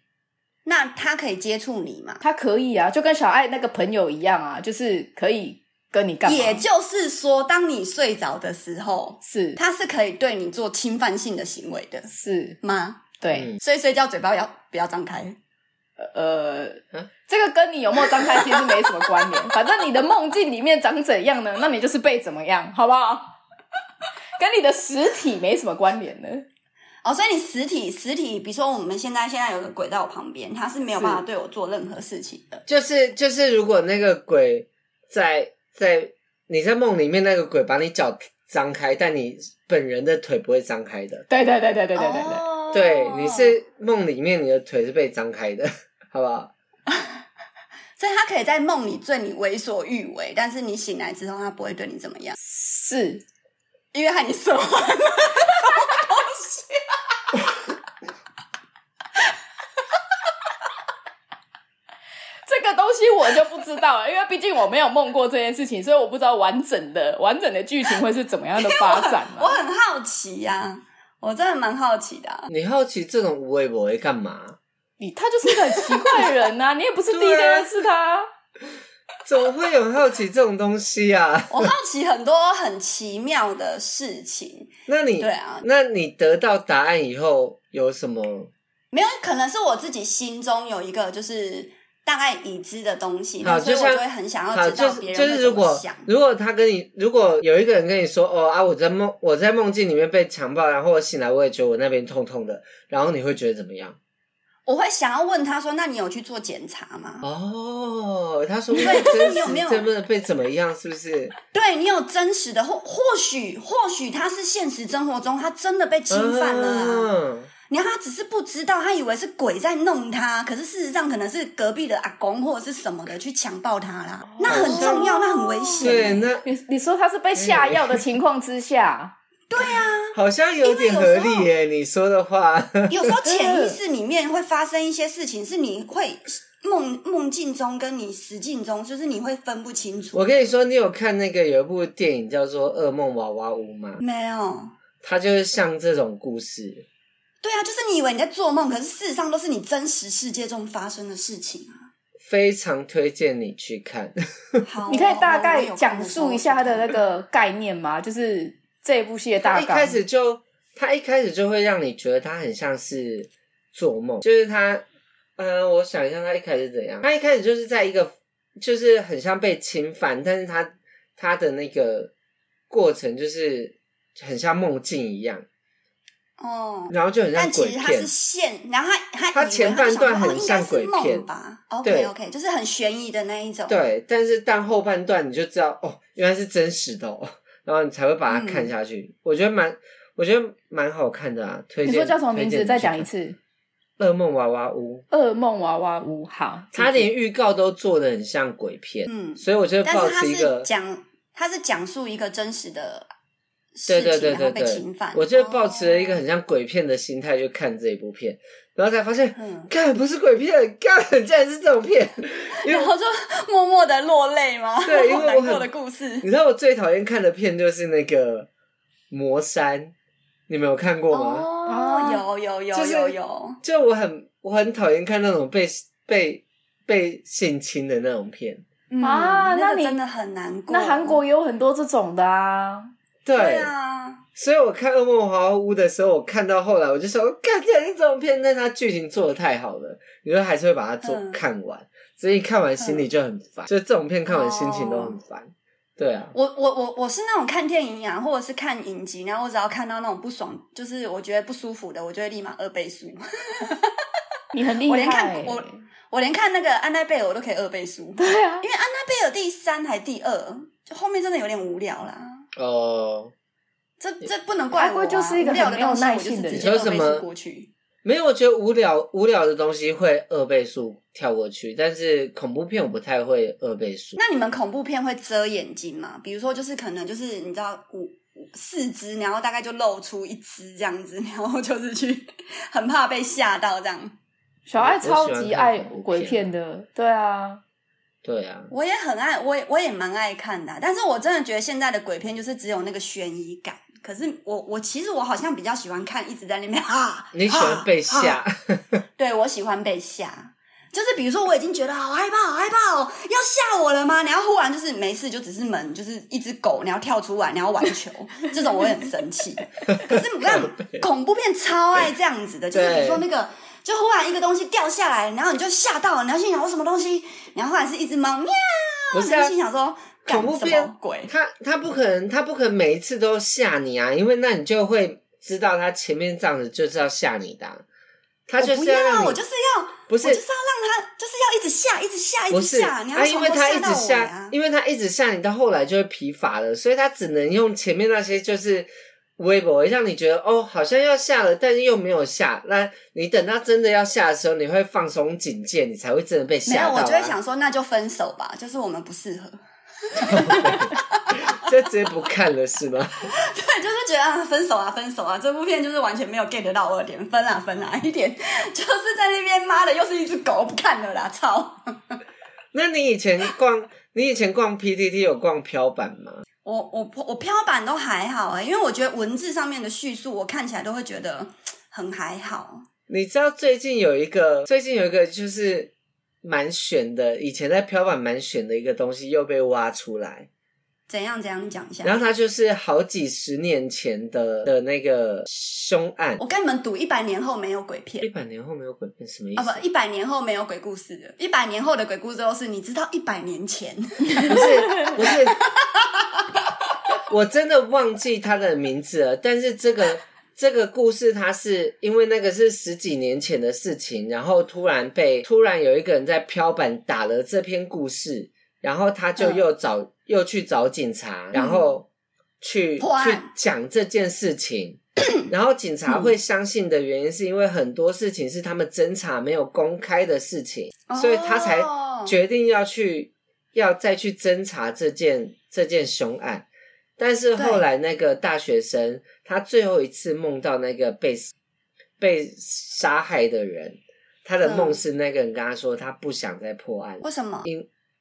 Speaker 2: 那他可以接触你吗？
Speaker 1: 她可以啊，就跟小爱那个朋友一样啊，就是可以跟你干嘛？
Speaker 2: 也就是说，当你睡着的时候，
Speaker 1: 是
Speaker 2: 他是可以对你做侵犯性的行为的
Speaker 1: 是，
Speaker 2: 吗？
Speaker 1: 对。
Speaker 3: 嗯
Speaker 2: 所以睡觉嘴巴要不要张开？
Speaker 1: 呃
Speaker 3: 嗯，
Speaker 1: 这个跟你有没有张开其实没什么关 联。反正你的梦境里面长怎样呢？那你就是被怎么样，好不 好？跟你的实体没什么关联的。
Speaker 2: 哦，所以你实体实体，比如说我们现在现在有个鬼在我旁边，他是没有
Speaker 1: 是
Speaker 2: 办法对我做任何事情的。
Speaker 3: 就是就是，如果那个鬼在在你在梦里面，那个鬼把你脚张开，但你本人的腿不会张开的。
Speaker 1: 对对对对对对对对。
Speaker 2: 哦
Speaker 3: 对，你，是梦里面你的腿是被张开的， 好不好？
Speaker 2: 所以他可以在梦里对你为所欲为，但是你醒来之后，他不会对你怎么样，
Speaker 1: 是，
Speaker 2: 因为害你受欢了。
Speaker 1: 这个东西我就不知道了，因为毕竟我没有梦过这件事情，所以我不知道完整的完整的剧情会是怎么样的发展
Speaker 2: 我
Speaker 1: 嘛。
Speaker 2: 很好奇呀、我真的蛮好奇的、啊。
Speaker 3: 你好奇这种无为不为干嘛？
Speaker 1: 你他就是一个很奇怪的人呐、你也不是第一天
Speaker 3: 对啊
Speaker 1: 认识 他。
Speaker 3: 怎么会有好奇这种东西啊？
Speaker 2: 我好奇很多很奇妙的事情，
Speaker 3: 那你
Speaker 2: 对啊，
Speaker 3: 那你得到答案以后有什么？
Speaker 2: 没有可能是我自己心中有一个就是大概已知的东西，
Speaker 3: 好
Speaker 2: 所以
Speaker 3: 就
Speaker 2: 我
Speaker 3: 像
Speaker 2: 就会很想要
Speaker 3: 好，
Speaker 2: 知道
Speaker 3: 就是
Speaker 2: 别
Speaker 3: 就
Speaker 2: 人会
Speaker 3: 是，
Speaker 2: 怎
Speaker 3: 如
Speaker 2: 么
Speaker 3: 果
Speaker 2: 想。
Speaker 3: 如果他跟你，如果有一个人跟你说，哦啊，我在梦我在梦境里面被强暴，然后我醒来，我也觉得我那边痛痛的，然后你会觉得怎么样？
Speaker 2: 我会想要问他说：“那你有去做检查吗？
Speaker 3: 哦，他说不定
Speaker 2: 对就是
Speaker 3: 真
Speaker 2: 嗯你有没有
Speaker 3: 实真的被怎么样，是不是？
Speaker 2: 对你有真实的，或或许或许他是现实生活中他真的被侵犯了啊，
Speaker 3: 嗯
Speaker 2: 然后他只是不知道，他以为是鬼在弄他，可是事实上可能是隔壁的阿公或者是什么的去强暴他啦，那很重要，那很危
Speaker 3: 哦对，
Speaker 2: 险。欸
Speaker 3: 那
Speaker 1: 你你说他是被下药的情况之下，
Speaker 3: 好像有点合理耶，你说的话。
Speaker 2: 有时候潜意识里面会发生一些事情，是你会梦梦境中跟你实境中，就是你会分不清楚。
Speaker 3: 我跟你说，你有看那个有一部电影叫做《噩梦娃娃屋》吗？
Speaker 2: 没有。
Speaker 3: 它就是像这种故事。
Speaker 2: 对啊，就是你以为你在做梦，可是事实上都是你真实世界中发生的事情啊。
Speaker 3: 非常推荐你去看，
Speaker 2: 好，哦
Speaker 1: 你可以大
Speaker 2: 我
Speaker 1: 概
Speaker 2: 我有空
Speaker 1: 讲述一下他的那个概念
Speaker 2: 哦
Speaker 1: 吗？就是这部戏的大
Speaker 3: 它
Speaker 1: 纲。
Speaker 3: 一开始就它一开始就会让你觉得它很像是做梦，就是它，呃，我想一下，它一开始怎样？它一开始就是在一个，就是很像被侵犯，但是它它的那个过程就是很像梦境一样，
Speaker 2: 哦，
Speaker 3: 然后就很像
Speaker 2: 但其
Speaker 3: 鬼
Speaker 2: 实它是
Speaker 3: 片。
Speaker 2: 现，然后他他
Speaker 3: 它前半段很像鬼
Speaker 2: 梦
Speaker 3: 片
Speaker 2: 吧
Speaker 3: 对
Speaker 2: ？OK OK，就是很悬疑的那一种。，
Speaker 3: 对，但是但后半段你就知道哦，原来是真实的哦，然后你才会把
Speaker 1: 嗯
Speaker 3: 它看下去。我觉得蛮，我觉得蛮好看的啊，推
Speaker 1: 你
Speaker 3: 荐。
Speaker 1: 说叫什么名
Speaker 3: 推荐
Speaker 1: 字？
Speaker 3: 你
Speaker 1: 再
Speaker 3: 去
Speaker 1: 讲一
Speaker 3: 看
Speaker 1: 次，
Speaker 3: 《噩梦娃娃屋
Speaker 1: 《噩梦娃娃屋》。好，》，
Speaker 3: 它连预告都做的很像鬼片，
Speaker 2: 嗯，
Speaker 3: 所以我觉得
Speaker 2: 但
Speaker 3: 保
Speaker 2: 是他
Speaker 3: 持一
Speaker 2: 是
Speaker 3: 个
Speaker 2: 讲，他是讲述一个真实的
Speaker 3: 对
Speaker 2: 事
Speaker 3: 对
Speaker 2: 情，
Speaker 3: 对
Speaker 2: 然后
Speaker 3: 对
Speaker 2: 被
Speaker 3: 对
Speaker 2: 侵犯。，
Speaker 3: 我就抱持了一个
Speaker 2: 哦
Speaker 3: 很像鬼片的心态去看这一部片，然后才发现，
Speaker 2: 嗯，
Speaker 3: 干不是鬼片，干竟然是这种片。 因为
Speaker 2: 哦然后就默默的落泪吗？
Speaker 3: 对因为我
Speaker 2: 难
Speaker 3: 很
Speaker 2: 过的故事
Speaker 3: 你知道我最讨厌看的片就是那个《魔山》，你们有看过吗？
Speaker 2: 哦，有有
Speaker 3: 就
Speaker 2: 有
Speaker 3: 是
Speaker 2: 有有，
Speaker 3: 就我很我很讨厌看那种被被被性侵的那种片。
Speaker 2: 嗯
Speaker 1: 啊那
Speaker 2: 那
Speaker 1: 你
Speaker 2: 个真的很难过。
Speaker 1: 那韩国也有很多这种的啊。
Speaker 3: 对，
Speaker 2: 对啊，
Speaker 3: 所以我看《噩梦华屋》的时候，我看到后来我就想，看竟然是这种片，但它剧情做的太好了，你就还是会把它做、
Speaker 2: 嗯
Speaker 3: 看完，所以看完心里就很烦，就这种片看完心情都很烦。对啊，
Speaker 2: 我我我我是那种看电影啊，或者是看影集，然后我只要看到那种不爽，就是我觉得不舒服的，我就会立马二倍速。
Speaker 1: 你很厉害、
Speaker 2: 我连看我我连看那个安奈贝尔我都可以二倍速，安
Speaker 1: 对啊，
Speaker 2: 奈贝尔第三还第二，就后面真的有点无聊啦。
Speaker 3: 哦、
Speaker 2: 这这不能怪我、啊，
Speaker 1: 阿贵就是一个
Speaker 2: 无聊
Speaker 1: 很没有
Speaker 2: 东西，
Speaker 1: 耐
Speaker 2: 我就是
Speaker 1: 性的
Speaker 2: 直
Speaker 1: 人
Speaker 2: 接二
Speaker 3: 你
Speaker 2: 倍
Speaker 3: 说什么
Speaker 2: 速过去。
Speaker 3: 没有，我觉得无聊无聊的东西会二倍速跳过去，但是恐怖片我不太会二倍速。
Speaker 2: 那你们恐怖片会遮眼睛吗？比如说，就是可能就是你知道五五四只，然后大概就露出一只这样子， 然后就是去很怕被吓到这样。
Speaker 1: 小爱超
Speaker 3: 我喜
Speaker 1: 级
Speaker 3: 欢看
Speaker 1: 爱鬼片的，对啊，
Speaker 3: 对啊，
Speaker 2: 我也很爱，我也我也蛮爱看的啊、但是我真的觉得现在的鬼片就是只有那个悬疑感。可是我我其实我好像比较喜欢看一直在那边 啊，
Speaker 3: 你喜欢被
Speaker 2: 啊
Speaker 3: 吓？
Speaker 2: 对我喜欢被吓，就是比如说我已经觉得好害怕，好害怕哦，要吓我了吗？然后忽然就是没事，就只是门，就是一只狗，然后跳出来，然后玩球，这种我会很生 气。可是你看恐怖片超爱这样子的，就是比如说那个。就忽然一个东西掉下来，然后你就吓到了，然后心想我什么东西，然后后来是一只猫喵，
Speaker 3: 不是啊
Speaker 2: 然后心想说干
Speaker 3: 恐怖
Speaker 2: 什
Speaker 3: 片
Speaker 2: 么鬼？
Speaker 3: 他他不可能，他不可能每一次都吓你啊，因为那你就会知道他前面这样子就是要吓你的啊、他就
Speaker 2: 我
Speaker 3: 是
Speaker 2: 不
Speaker 3: 要让
Speaker 2: 要，
Speaker 3: 你
Speaker 2: 我就是要，
Speaker 3: 不是
Speaker 2: 我就是要让他，就是要一直吓，一直吓，一
Speaker 3: 不
Speaker 2: 直
Speaker 3: 是
Speaker 2: 吓，你要
Speaker 3: 啊，因
Speaker 2: 从
Speaker 3: 为
Speaker 2: 头
Speaker 3: 他一
Speaker 2: 到
Speaker 3: 直
Speaker 2: 尾
Speaker 3: 吓
Speaker 2: 啊，。
Speaker 3: 因为他一直吓你，到后来就会疲乏了，所以他只能用前面那些就是微博让你觉得哦，好像要吓了，但是又没有吓。那你等到真的要吓的时候，你会放松警戒，你才会真的被
Speaker 2: 没
Speaker 3: 吓
Speaker 2: 有，
Speaker 3: 到、
Speaker 2: 我
Speaker 3: 啊。
Speaker 2: 就会 想说，那就分手吧，就是我们不适合。
Speaker 3: 就直接不看了是吗？
Speaker 2: 对，就是觉得啊，分手啊，分手啊，这部片就是完全没有 get 到我的点，分啊分啊，一点 就是在那边妈的，又是一只狗，不看了啦，操！
Speaker 3: 那你以前逛，你以前逛 PTT 有逛飘版吗？
Speaker 2: 我我我飘版都还好啊、因为我觉得文字上面的叙述，我看起来都会觉得很还好。
Speaker 3: 你知道最近有一个，最近有一个就是蛮悬的，以前在飘版蛮悬的一个东西又被挖出来，
Speaker 2: 怎样怎样，你讲一下。
Speaker 3: 然后它就是好几十年前的的那个凶案，
Speaker 2: 我跟你们赌，一百年后没有鬼片
Speaker 3: 一百年后没有鬼片什么意
Speaker 2: 啊，
Speaker 3: 思？
Speaker 2: 不，一百年后没有鬼故事的，一百年后的鬼故事都是你知道，一百年前
Speaker 3: 不是不是，我真的忘记他的名字了。但是这个这个故事，它是因为那个是十几年前的事情，然后突然被突然有一个人在飘板打了这篇故事，然后他就
Speaker 2: 嗯
Speaker 3: 又找、又去找警察，然后去、
Speaker 2: 破案
Speaker 3: 去讲这件事 情。然后警察会相信的原因，是因为很多事情是他们侦查没有公开的事情，所以他才
Speaker 2: 哦
Speaker 3: 决定要去要再去侦查这件这件凶案，但是后来那个大学生他最后一次梦到那个被死被杀害的人，他的梦
Speaker 2: 嗯
Speaker 3: 是那个人跟他说他不想再破案，
Speaker 2: 为什么？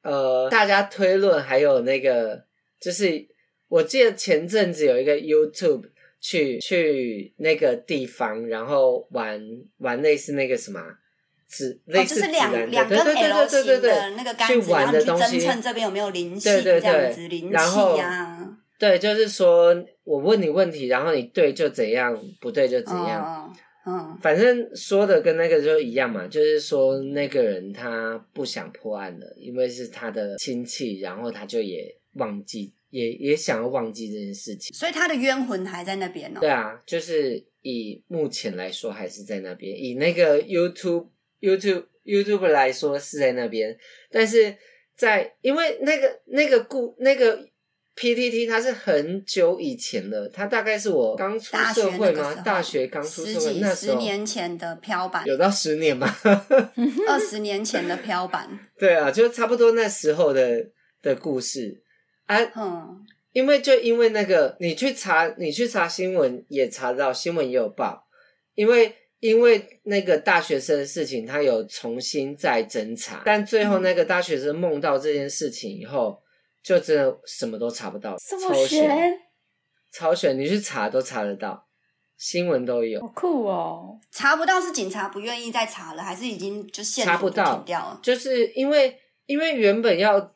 Speaker 3: 呃，大家推论还有那个，就是我记得前阵子有一个 YouTube 去去那个地方，然后玩玩类似那个什么啊指类
Speaker 2: 哦，就
Speaker 3: 似指
Speaker 2: 是两
Speaker 3: 南
Speaker 2: 两
Speaker 3: 针
Speaker 2: 根
Speaker 3: 对对
Speaker 2: L
Speaker 3: 对对对
Speaker 2: 型的
Speaker 3: 对
Speaker 2: 那个
Speaker 3: 对，
Speaker 2: 杆
Speaker 3: 去
Speaker 2: 子，然
Speaker 3: 玩
Speaker 2: 后
Speaker 3: 的
Speaker 2: 你去
Speaker 3: 东西
Speaker 2: 侦测这边有没有灵性，
Speaker 3: 对对
Speaker 2: 这样
Speaker 3: 对
Speaker 2: 子灵
Speaker 3: 然后
Speaker 2: 气呀、
Speaker 3: 对，就是说我问你问题，然后你对就怎样，不对就怎样。
Speaker 2: 嗯嗯
Speaker 3: 反正说的跟那个就一样嘛，就是说那个人他不想破案了，因为是他的亲戚，然后他就也忘记，也也想要忘记这件事情。
Speaker 2: 所以他的冤魂还在那边哦。
Speaker 3: 对啊，就是以目前来说还是在那边，以那个 YouTube YouTube YouTube 来说是在那边，但是在因为那个那个故那个 PTT 它是很久以前了，它大概是我刚出
Speaker 2: 大学
Speaker 3: 社会
Speaker 2: 那个时
Speaker 3: 吗？
Speaker 2: 候
Speaker 3: 大学刚出
Speaker 2: 十
Speaker 3: 社会
Speaker 2: 几
Speaker 3: 那时
Speaker 2: 十
Speaker 3: 候
Speaker 2: 年前的飘版，
Speaker 3: 有到十年吗？
Speaker 2: 二十年前的飘版，
Speaker 3: 对啊，就差不多那时候的的故事啊，
Speaker 2: 嗯，
Speaker 3: 因为就因为那个，你去查，你去查新闻也查到，新闻也有报，因为因为那个大学生的事情，他有重新再侦查，但最后那个大学生梦到这件事情以后，就真的什么都查不到，
Speaker 1: 这么
Speaker 3: 超
Speaker 1: 悬，
Speaker 3: 超选，你去查都查得到，新闻都有
Speaker 1: 好，酷哦！
Speaker 2: 查不到是警察不愿意再查了，还是已经就线索
Speaker 3: 查不
Speaker 2: 都
Speaker 3: 到啊
Speaker 2: 停掉了？
Speaker 3: 就是因为因为原本要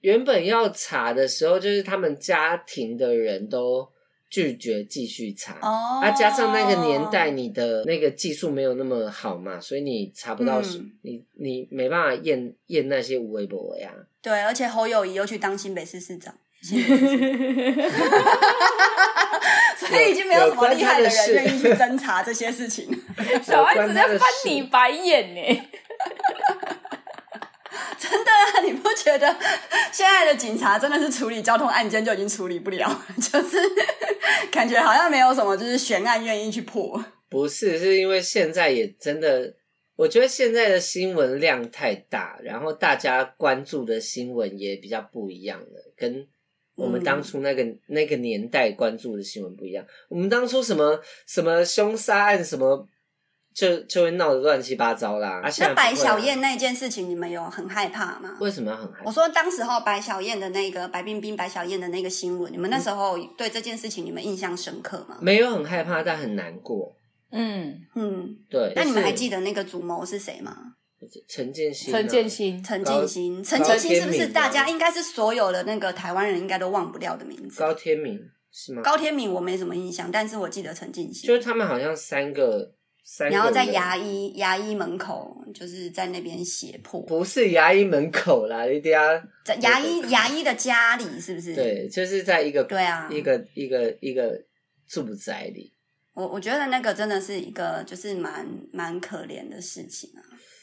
Speaker 3: 原本要查的时候，就是他们家庭的人都拒绝继续查，
Speaker 2: 哦，
Speaker 3: 啊，加上那个年代，你的那个技术没有那么好嘛，所以你查不到，
Speaker 2: 嗯
Speaker 3: 你你没办法验验那些无微不微啊。
Speaker 2: 对，而且侯友谊又去当新北市市长， 所以已经没有什么厉害人愿意去侦查这些事情。
Speaker 1: 小
Speaker 3: 有
Speaker 1: 安
Speaker 3: 关
Speaker 1: 直接
Speaker 3: 他的
Speaker 1: 翻你
Speaker 3: 事
Speaker 1: 白眼呢，
Speaker 2: 真的啊，你不觉得现在的警察真的是处理交通案件就已经处理不了， 就是感觉好像没有什么就是悬案愿意去破。
Speaker 3: 不是，是因为现在也真的，我觉得现在的新闻量太大，然后大家关注的新闻也比较不一样了，跟我们
Speaker 2: 嗯
Speaker 3: 当初那个、那个年代关注的新闻不一样。我们当初什么什么凶杀案什么。就就会闹得乱七八糟啦！啊，现在
Speaker 2: 那白
Speaker 3: 不会啊
Speaker 2: 小燕那件事情，你们有很害怕吗？
Speaker 3: 为什么要很害
Speaker 2: 我
Speaker 3: 怕？
Speaker 2: 说当时候白小燕的那个白冰冰、白小燕的那个新闻，你们那时候对这件事情你们印象深刻吗？
Speaker 3: 没有很害怕，但很难过。
Speaker 1: 嗯，
Speaker 2: 嗯，
Speaker 3: 对，
Speaker 2: 那你们还记
Speaker 3: 得
Speaker 2: 得那个主谋是谁吗？
Speaker 3: 陈建新啊？
Speaker 1: 陈建新，
Speaker 2: 陈
Speaker 3: 高
Speaker 2: 进兴，陈
Speaker 3: 高
Speaker 2: 进兴是不
Speaker 3: 天
Speaker 2: 是
Speaker 3: 明
Speaker 2: 大
Speaker 3: 吗
Speaker 2: 家应该是所有的那个台湾人应该都忘不掉的名字？
Speaker 3: 高天明是吗？
Speaker 2: 高天明我没什么印象，但是我记得陈进兴
Speaker 3: 就。是他们好像三个，三个
Speaker 2: 然后在
Speaker 3: 人
Speaker 2: 牙医牙医门口，就是在那边胁迫，
Speaker 3: 不是牙医门口啦，一定要
Speaker 2: 在牙医牙医的家里是不是？，
Speaker 1: 嗯
Speaker 3: 对，就是在一个
Speaker 2: 对啊
Speaker 3: 一个一个一个住宅里。
Speaker 2: 我我觉得那个真的是一个就是蛮蛮可怜的事情啊，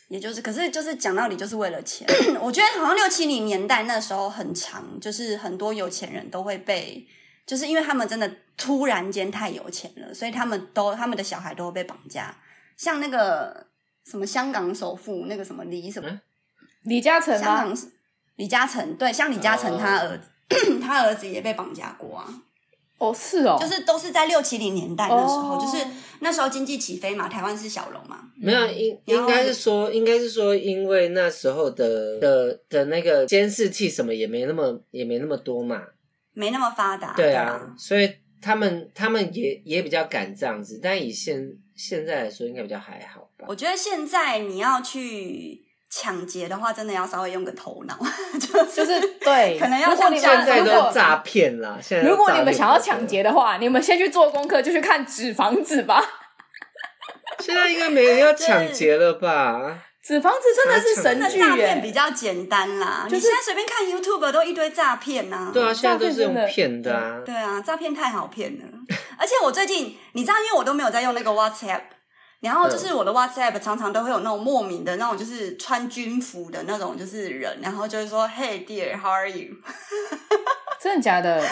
Speaker 2: 也就是可是就是讲道理就是为了钱，我觉得好像六七零年代那时候很长，就是很多有钱人都会被，就是因为他们真的突然间太有钱了，所以他们都他们的小孩都会被绑架，像那个什么香港首富那个什么李什么。
Speaker 1: 李嘉诚
Speaker 2: 香
Speaker 1: 吗？
Speaker 2: 港是李嘉诚，对，像李嘉诚
Speaker 3: 哦
Speaker 2: 他儿子。 他儿子也被绑架过啊，
Speaker 1: 哦，是哦，
Speaker 2: 就是都是在六七零年代那时候，
Speaker 1: 哦
Speaker 2: 就是那时候经济起飞嘛，台湾是小龙嘛，
Speaker 1: 嗯
Speaker 3: 没有，应
Speaker 2: 然后
Speaker 3: 应该是说，应该是说，因为那时候的的的那个监视器什么也没那么也没那么多嘛，
Speaker 2: 没那么发达。
Speaker 3: 对
Speaker 2: 啊
Speaker 3: 啊，，所以他们他们也也比较敢这样子，但以现现在来说，应该比较还好吧。
Speaker 2: 我觉得现在你要去抢劫的话，真的要稍微用个头脑， 就是
Speaker 1: 就是对，
Speaker 2: 可能要
Speaker 1: 如果
Speaker 2: 像
Speaker 1: 你
Speaker 2: 现
Speaker 1: 们
Speaker 3: 现在
Speaker 1: 如
Speaker 3: 都
Speaker 1: 果
Speaker 3: 诈骗啦，现在都
Speaker 1: 如果你们
Speaker 3: 诈骗
Speaker 1: 想要抢劫，的话，你们先去做功课，就去看纸房子吧。
Speaker 3: 现在应该没人要抢劫了吧？
Speaker 1: 纸房子真的是
Speaker 2: 真
Speaker 1: 神
Speaker 2: 的
Speaker 1: 剧
Speaker 2: 诈骗比
Speaker 1: 耶！
Speaker 2: 较简单啦。
Speaker 1: 就是
Speaker 2: 你现在随便看 YouTube 都一堆诈骗呐、
Speaker 3: 对啊，现在
Speaker 1: 哦诈骗
Speaker 3: 都是用
Speaker 1: 真的
Speaker 3: 骗的啊。
Speaker 2: 对啊，诈骗太好骗了。而且我最近，你知道，因为我都没有在用那个 WhatsApp，然后就是我的 WhatsApp 常常都会有那种莫名的那种，就是穿军服的那种，就是人，然后就会说 “Hey dear，how are you？”
Speaker 1: 真的假的？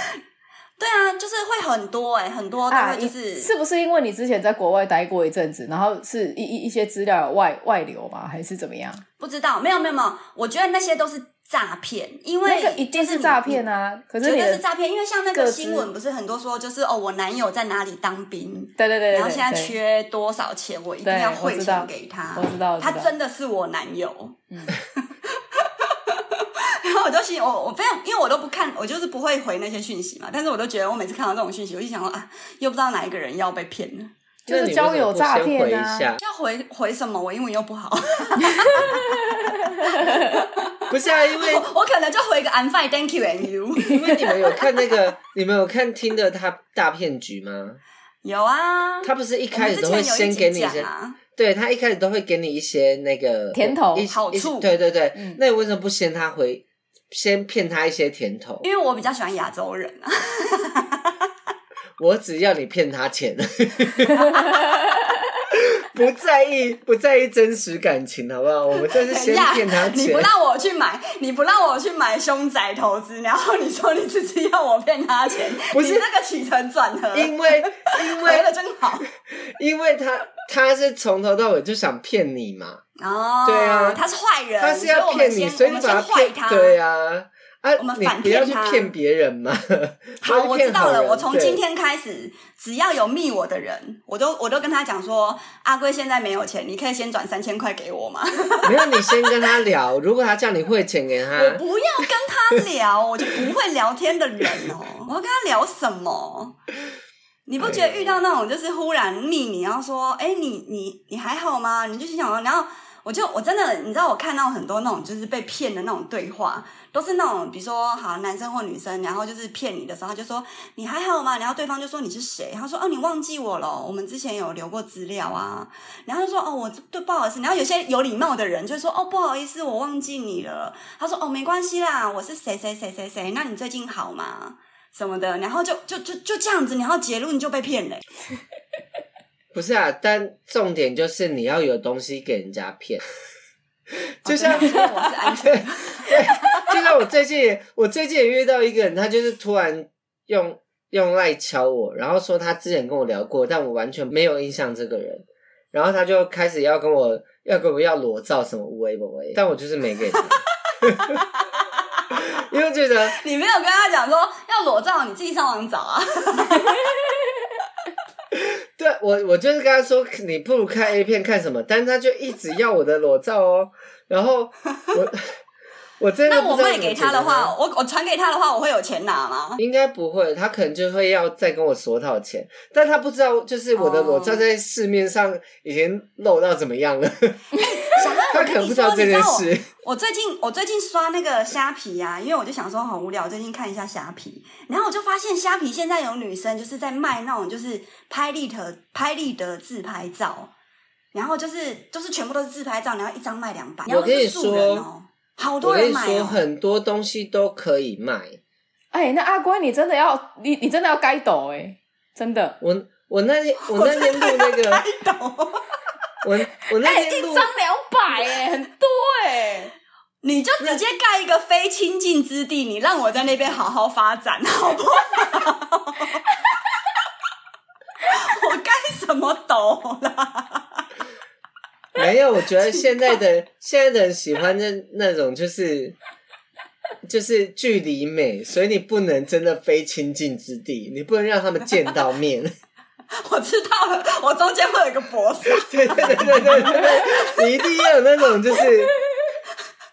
Speaker 2: 对啊，就是会很多哎、很多都
Speaker 1: 啊，
Speaker 2: 会
Speaker 1: 你
Speaker 2: 哦就是、
Speaker 1: 是不是因为你之前在国外待过一阵子，然后是一一一些资料外外流吗？还是怎么样？
Speaker 2: 不知道，没有没有没有，我觉得那些都是诈骗，因为
Speaker 1: 那个一定
Speaker 2: 就是是
Speaker 1: 诈骗啊！可
Speaker 2: 你。
Speaker 1: 是
Speaker 2: 绝
Speaker 1: 你
Speaker 2: 对
Speaker 1: 的
Speaker 2: 是诈骗，因为像那
Speaker 1: 各
Speaker 2: 个
Speaker 1: 自
Speaker 2: 新闻不是很多说，就是哦，我男友在哪里当兵，
Speaker 1: 对对对对对，
Speaker 2: 然后现在
Speaker 1: 对
Speaker 2: 缺多少钱，我一定
Speaker 1: 对
Speaker 2: 要
Speaker 1: 我
Speaker 2: 汇
Speaker 1: 知
Speaker 2: 钱
Speaker 1: 道
Speaker 2: 给他。
Speaker 1: 我知道我知
Speaker 2: 他
Speaker 1: 道
Speaker 2: 真的是我男友。
Speaker 1: 嗯
Speaker 2: 然后我就心我我非常，因为我都不看，我就是不会回那些讯息嘛。但是我都觉得，我每次看到这种讯息，我就想说啊，又不知道哪一个人要被骗了，
Speaker 1: 就
Speaker 3: 那
Speaker 1: 是
Speaker 3: 你
Speaker 1: 交友
Speaker 3: 为什么不
Speaker 1: 诈
Speaker 3: 先回
Speaker 1: 骗
Speaker 3: 一
Speaker 1: 啊！
Speaker 3: 下，
Speaker 2: 要回回什么？我英文又不好，
Speaker 3: 不是啊，因 为
Speaker 2: 我我可能就回个 I'm fine, thank you and you。
Speaker 3: 因 为你们有看那个，你们有看听的他大骗局吗？
Speaker 2: 有啊，
Speaker 3: 他不是一
Speaker 2: 一
Speaker 3: 开始都会先给你一些，
Speaker 2: 啊，
Speaker 3: 对他一开始都会给你一些那个
Speaker 1: 甜头
Speaker 3: 一
Speaker 2: 好
Speaker 3: 一
Speaker 2: 处
Speaker 3: 对对对
Speaker 1: 嗯。
Speaker 3: 那你为什么不先他回，先骗他一些甜头？
Speaker 2: 因为我比较喜欢亚洲人啊。
Speaker 3: 我只要你骗 他钱，不在意不在意真实感情，好不好？我们这
Speaker 1: 哎
Speaker 3: 是先骗他
Speaker 2: 你不
Speaker 3: 钱，
Speaker 2: 让我去买，你不让我去买凶宅投资，然后你说你自己要我骗他钱，
Speaker 3: 不是
Speaker 2: 你这个起承转合，
Speaker 3: 因为因
Speaker 2: 回
Speaker 3: 为
Speaker 2: 的真好。
Speaker 3: 因为他他是从头到尾就想骗你嘛，
Speaker 2: 哦，
Speaker 3: 对啊
Speaker 2: 他是坏人，
Speaker 3: 他是要骗你，所
Speaker 2: 所
Speaker 3: 以
Speaker 2: 以我
Speaker 3: 你
Speaker 2: 们
Speaker 3: 把
Speaker 2: 先
Speaker 3: 骗
Speaker 2: 坏他。
Speaker 3: 对啊。啊
Speaker 2: 我们，
Speaker 3: 你
Speaker 2: 反
Speaker 3: 不要
Speaker 2: 骗
Speaker 3: 去
Speaker 2: 他
Speaker 3: 骗别人 嘛！
Speaker 2: 好，
Speaker 3: 不要
Speaker 2: 我
Speaker 3: 去
Speaker 2: 知
Speaker 3: 骗
Speaker 2: 道了。
Speaker 3: 人
Speaker 2: 我从
Speaker 3: 对
Speaker 2: 今天开始，只要有密我的人，我都我都跟他讲说，阿龟现在没有钱，你可以先转三千块给 我吗？
Speaker 3: 没有你先跟他聊，如果他叫你汇钱给他，
Speaker 2: 我不要跟他聊，我就不会聊天的人哦。我要跟他聊什么？你不觉得遇到那种就是忽然密你，然后说，哎、你你你还好吗？你就心想说，然后我就我真的，你知道我看到很多那种就是被骗的那种对话，都是那种比如说好男生或女生，然后就是骗你的时候，他就说你还好吗？然后对方就说你是谁？他说哦你忘记我了，我们之前有留过资料啊。然后就说哦我对不好意思，然后有些有礼貌的人就说哦不好意思我忘记你了。他说哦没关系啦，我是谁谁谁谁谁，那你最近好吗？什么的，然后就就就就这样子，然后结论就被骗了、
Speaker 3: 不是啊，但重点就是你要有东西给人家骗，就像、
Speaker 2: 哦哦对我是安全 的，
Speaker 3: 就像我最近也我最近也遇到一个人，他就是突然用用赖敲我，然后说他之前跟我聊过，但我完全没有印象这个人，然后他就开始要跟我要跟我要裸照什么无为不为，但我就是没给他， 因为觉得
Speaker 2: 你没有跟他讲说要裸照，你自己上网找啊。
Speaker 3: 对我，我就是跟他说，你不如看 A 片看什么，但是他就一直要我的裸照哦。然后我 我真的
Speaker 2: 那
Speaker 3: 不
Speaker 2: 我
Speaker 3: 知道
Speaker 2: 卖
Speaker 3: 怎
Speaker 2: 给
Speaker 3: 么解决
Speaker 2: 他的话，，我我传给他的话，我会有钱拿吗？
Speaker 3: 应该不会，他可能就会要再跟我索讨钱，但他不知道就是我的裸照
Speaker 2: 哦
Speaker 3: 在市面上已经露到怎么样了，
Speaker 2: 想让
Speaker 3: 他
Speaker 2: 我
Speaker 3: 可
Speaker 2: 跟
Speaker 3: 能
Speaker 2: 你
Speaker 3: 不
Speaker 2: 说，
Speaker 3: 道
Speaker 2: 你
Speaker 3: 这
Speaker 2: 知
Speaker 3: 件
Speaker 2: 道我
Speaker 3: 事。
Speaker 2: 我最近我最近刷那个虾皮啊，因为我就想说好无聊，最近看一下虾皮，然后我就发现虾皮现在有女生就是在卖那种就是拍立得拍立得自拍照，然后就是就是全部都是自拍照，然后一张卖两百，然后
Speaker 3: 跟你
Speaker 2: 是素人
Speaker 3: 说
Speaker 2: 哦，好
Speaker 3: 我
Speaker 2: 多
Speaker 3: 跟
Speaker 2: 人
Speaker 3: 你
Speaker 2: 买
Speaker 3: 说，
Speaker 2: 哦。
Speaker 3: 很多东西都可以卖。
Speaker 1: 哎、那阿龟，你真的要你你真的要该抖哎、真的。
Speaker 3: 我我那天我那天录那个，
Speaker 2: 懂，
Speaker 3: 我我那
Speaker 1: 哎、
Speaker 3: 天
Speaker 1: 一
Speaker 3: 录
Speaker 1: 张两百哎，很多哎、
Speaker 2: 你就直接盖一个非亲近之地，你让我在那边好好发展，好不好？我干什么抖 啦？
Speaker 3: 没有，我觉得现在的现在的人喜欢那那种就是就是距离美，所以你不能真的非亲近之地，你不能让他们见到面。
Speaker 2: 我知道了，我中间会有一个博士，
Speaker 3: 对对对对对对，你一定要有那种就是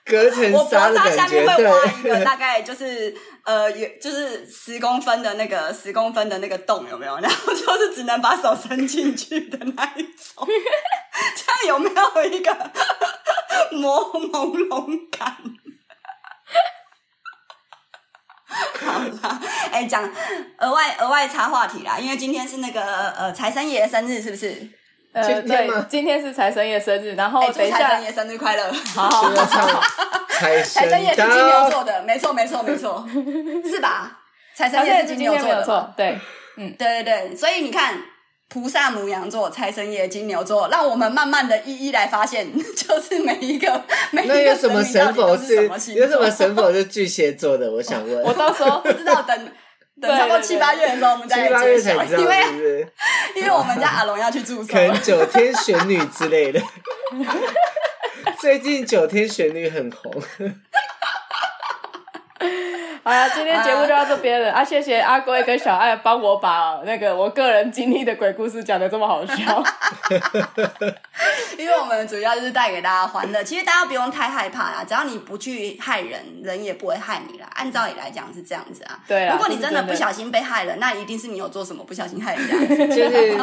Speaker 3: 隔层
Speaker 2: 我
Speaker 3: 纱
Speaker 2: 博
Speaker 3: 的
Speaker 2: 士下
Speaker 3: 感觉
Speaker 2: 面，会挖一个
Speaker 3: 对。
Speaker 2: 大概就是呃，有就是十公分的那个十公分的那个洞有没 有？然后就是只能把手伸进去的那一 种，这样有没有一个 朦朦胧感？ 好啦，哎、讲额外额外插话题啦，因为今天是那个呃财神爷生日，是不是？
Speaker 1: 呃，
Speaker 3: 今天吗
Speaker 1: 对，今天是财神爷生日，然后
Speaker 3: 哦
Speaker 2: 哎、祝
Speaker 1: 等一
Speaker 2: 财
Speaker 1: 下
Speaker 2: 神，爷生日快乐！
Speaker 1: 好好
Speaker 3: 要唱财
Speaker 2: 财神爷
Speaker 3: 神
Speaker 2: 是金牛
Speaker 3: 到，
Speaker 2: 座的，没错，没错，没 错，是吧？财神
Speaker 1: 财神
Speaker 2: 爷
Speaker 1: 爷
Speaker 2: 是
Speaker 1: 是
Speaker 2: 金
Speaker 1: 今天没
Speaker 2: 牛座
Speaker 3: 哦
Speaker 1: 有
Speaker 2: 的嘛，
Speaker 1: 错，对，
Speaker 2: 对对对，所以你看，菩萨母羊座，财神爷金牛座，让我们慢慢的一一来发现， 就是每一个每一
Speaker 3: 那有
Speaker 2: 个
Speaker 3: 什么
Speaker 2: 神
Speaker 3: 神
Speaker 2: 明到
Speaker 3: 佛
Speaker 2: 底都是
Speaker 3: 是
Speaker 2: 什么星座
Speaker 3: 有什么神佛是巨蟹座的？我想问，
Speaker 1: 我到时候
Speaker 2: 不知道等。等差不
Speaker 1: 对
Speaker 2: 多
Speaker 1: 对对
Speaker 2: 七八月的时候，我们再
Speaker 3: 七八
Speaker 2: 来揭
Speaker 3: 月
Speaker 2: 晓
Speaker 3: 才知
Speaker 2: 因
Speaker 3: 道是不
Speaker 2: 为
Speaker 3: 是？
Speaker 2: 因为我们家阿龙要去住宿
Speaker 3: 可，能九天玄女之类的。 最近九天玄女很红，
Speaker 1: 好啦，今天节目就到这边了啊！谢谢阿龟跟小爱帮我把那个我个人经历的鬼故事讲的这么 好笑。
Speaker 2: 因为我们主要就是带给大家欢乐。其实大家不用太害怕啦，只要你不去害人，人也不会害你啦。按照理来讲是这样子啊。
Speaker 1: 对啦
Speaker 2: 如果你
Speaker 1: 这是
Speaker 2: 真的
Speaker 1: 真的
Speaker 2: 不小心被害了，那一定是你有做什么不小心害人家的事 情。
Speaker 3: 就是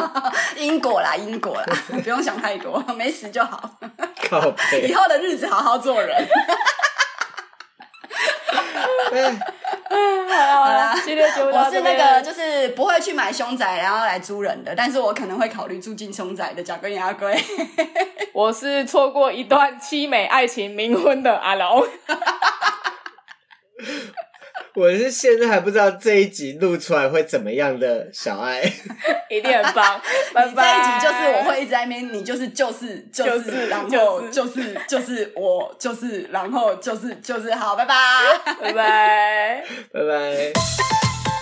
Speaker 2: 因果啦，因果啦，不用想太多， 没死就好。
Speaker 3: 靠
Speaker 2: 以
Speaker 3: 背。
Speaker 2: 后的日子好好做 人。
Speaker 1: 好
Speaker 2: 好
Speaker 1: 啦
Speaker 2: 啦，
Speaker 1: 今天节目就
Speaker 2: 我
Speaker 1: 到
Speaker 2: 是
Speaker 1: 这
Speaker 2: 那
Speaker 1: 边。
Speaker 2: 个，就是不会去买凶宅，然后来租人的，但是我可能会考虑住进凶宅的脚跟牙龟。
Speaker 1: 我是错过一段凄美爱情冥婚的阿龙。
Speaker 3: 我是现在还不知道这一集录出来会怎么样的小爱，
Speaker 1: 一定很棒。拜
Speaker 2: 你这一
Speaker 1: 拜。
Speaker 2: 集就是我会一直在那边，你就是就是就
Speaker 1: 就是
Speaker 2: 是，然后
Speaker 1: 就
Speaker 2: 就是就是我就是，然后就是就是好，拜拜。
Speaker 1: 拜拜。
Speaker 3: 拜拜。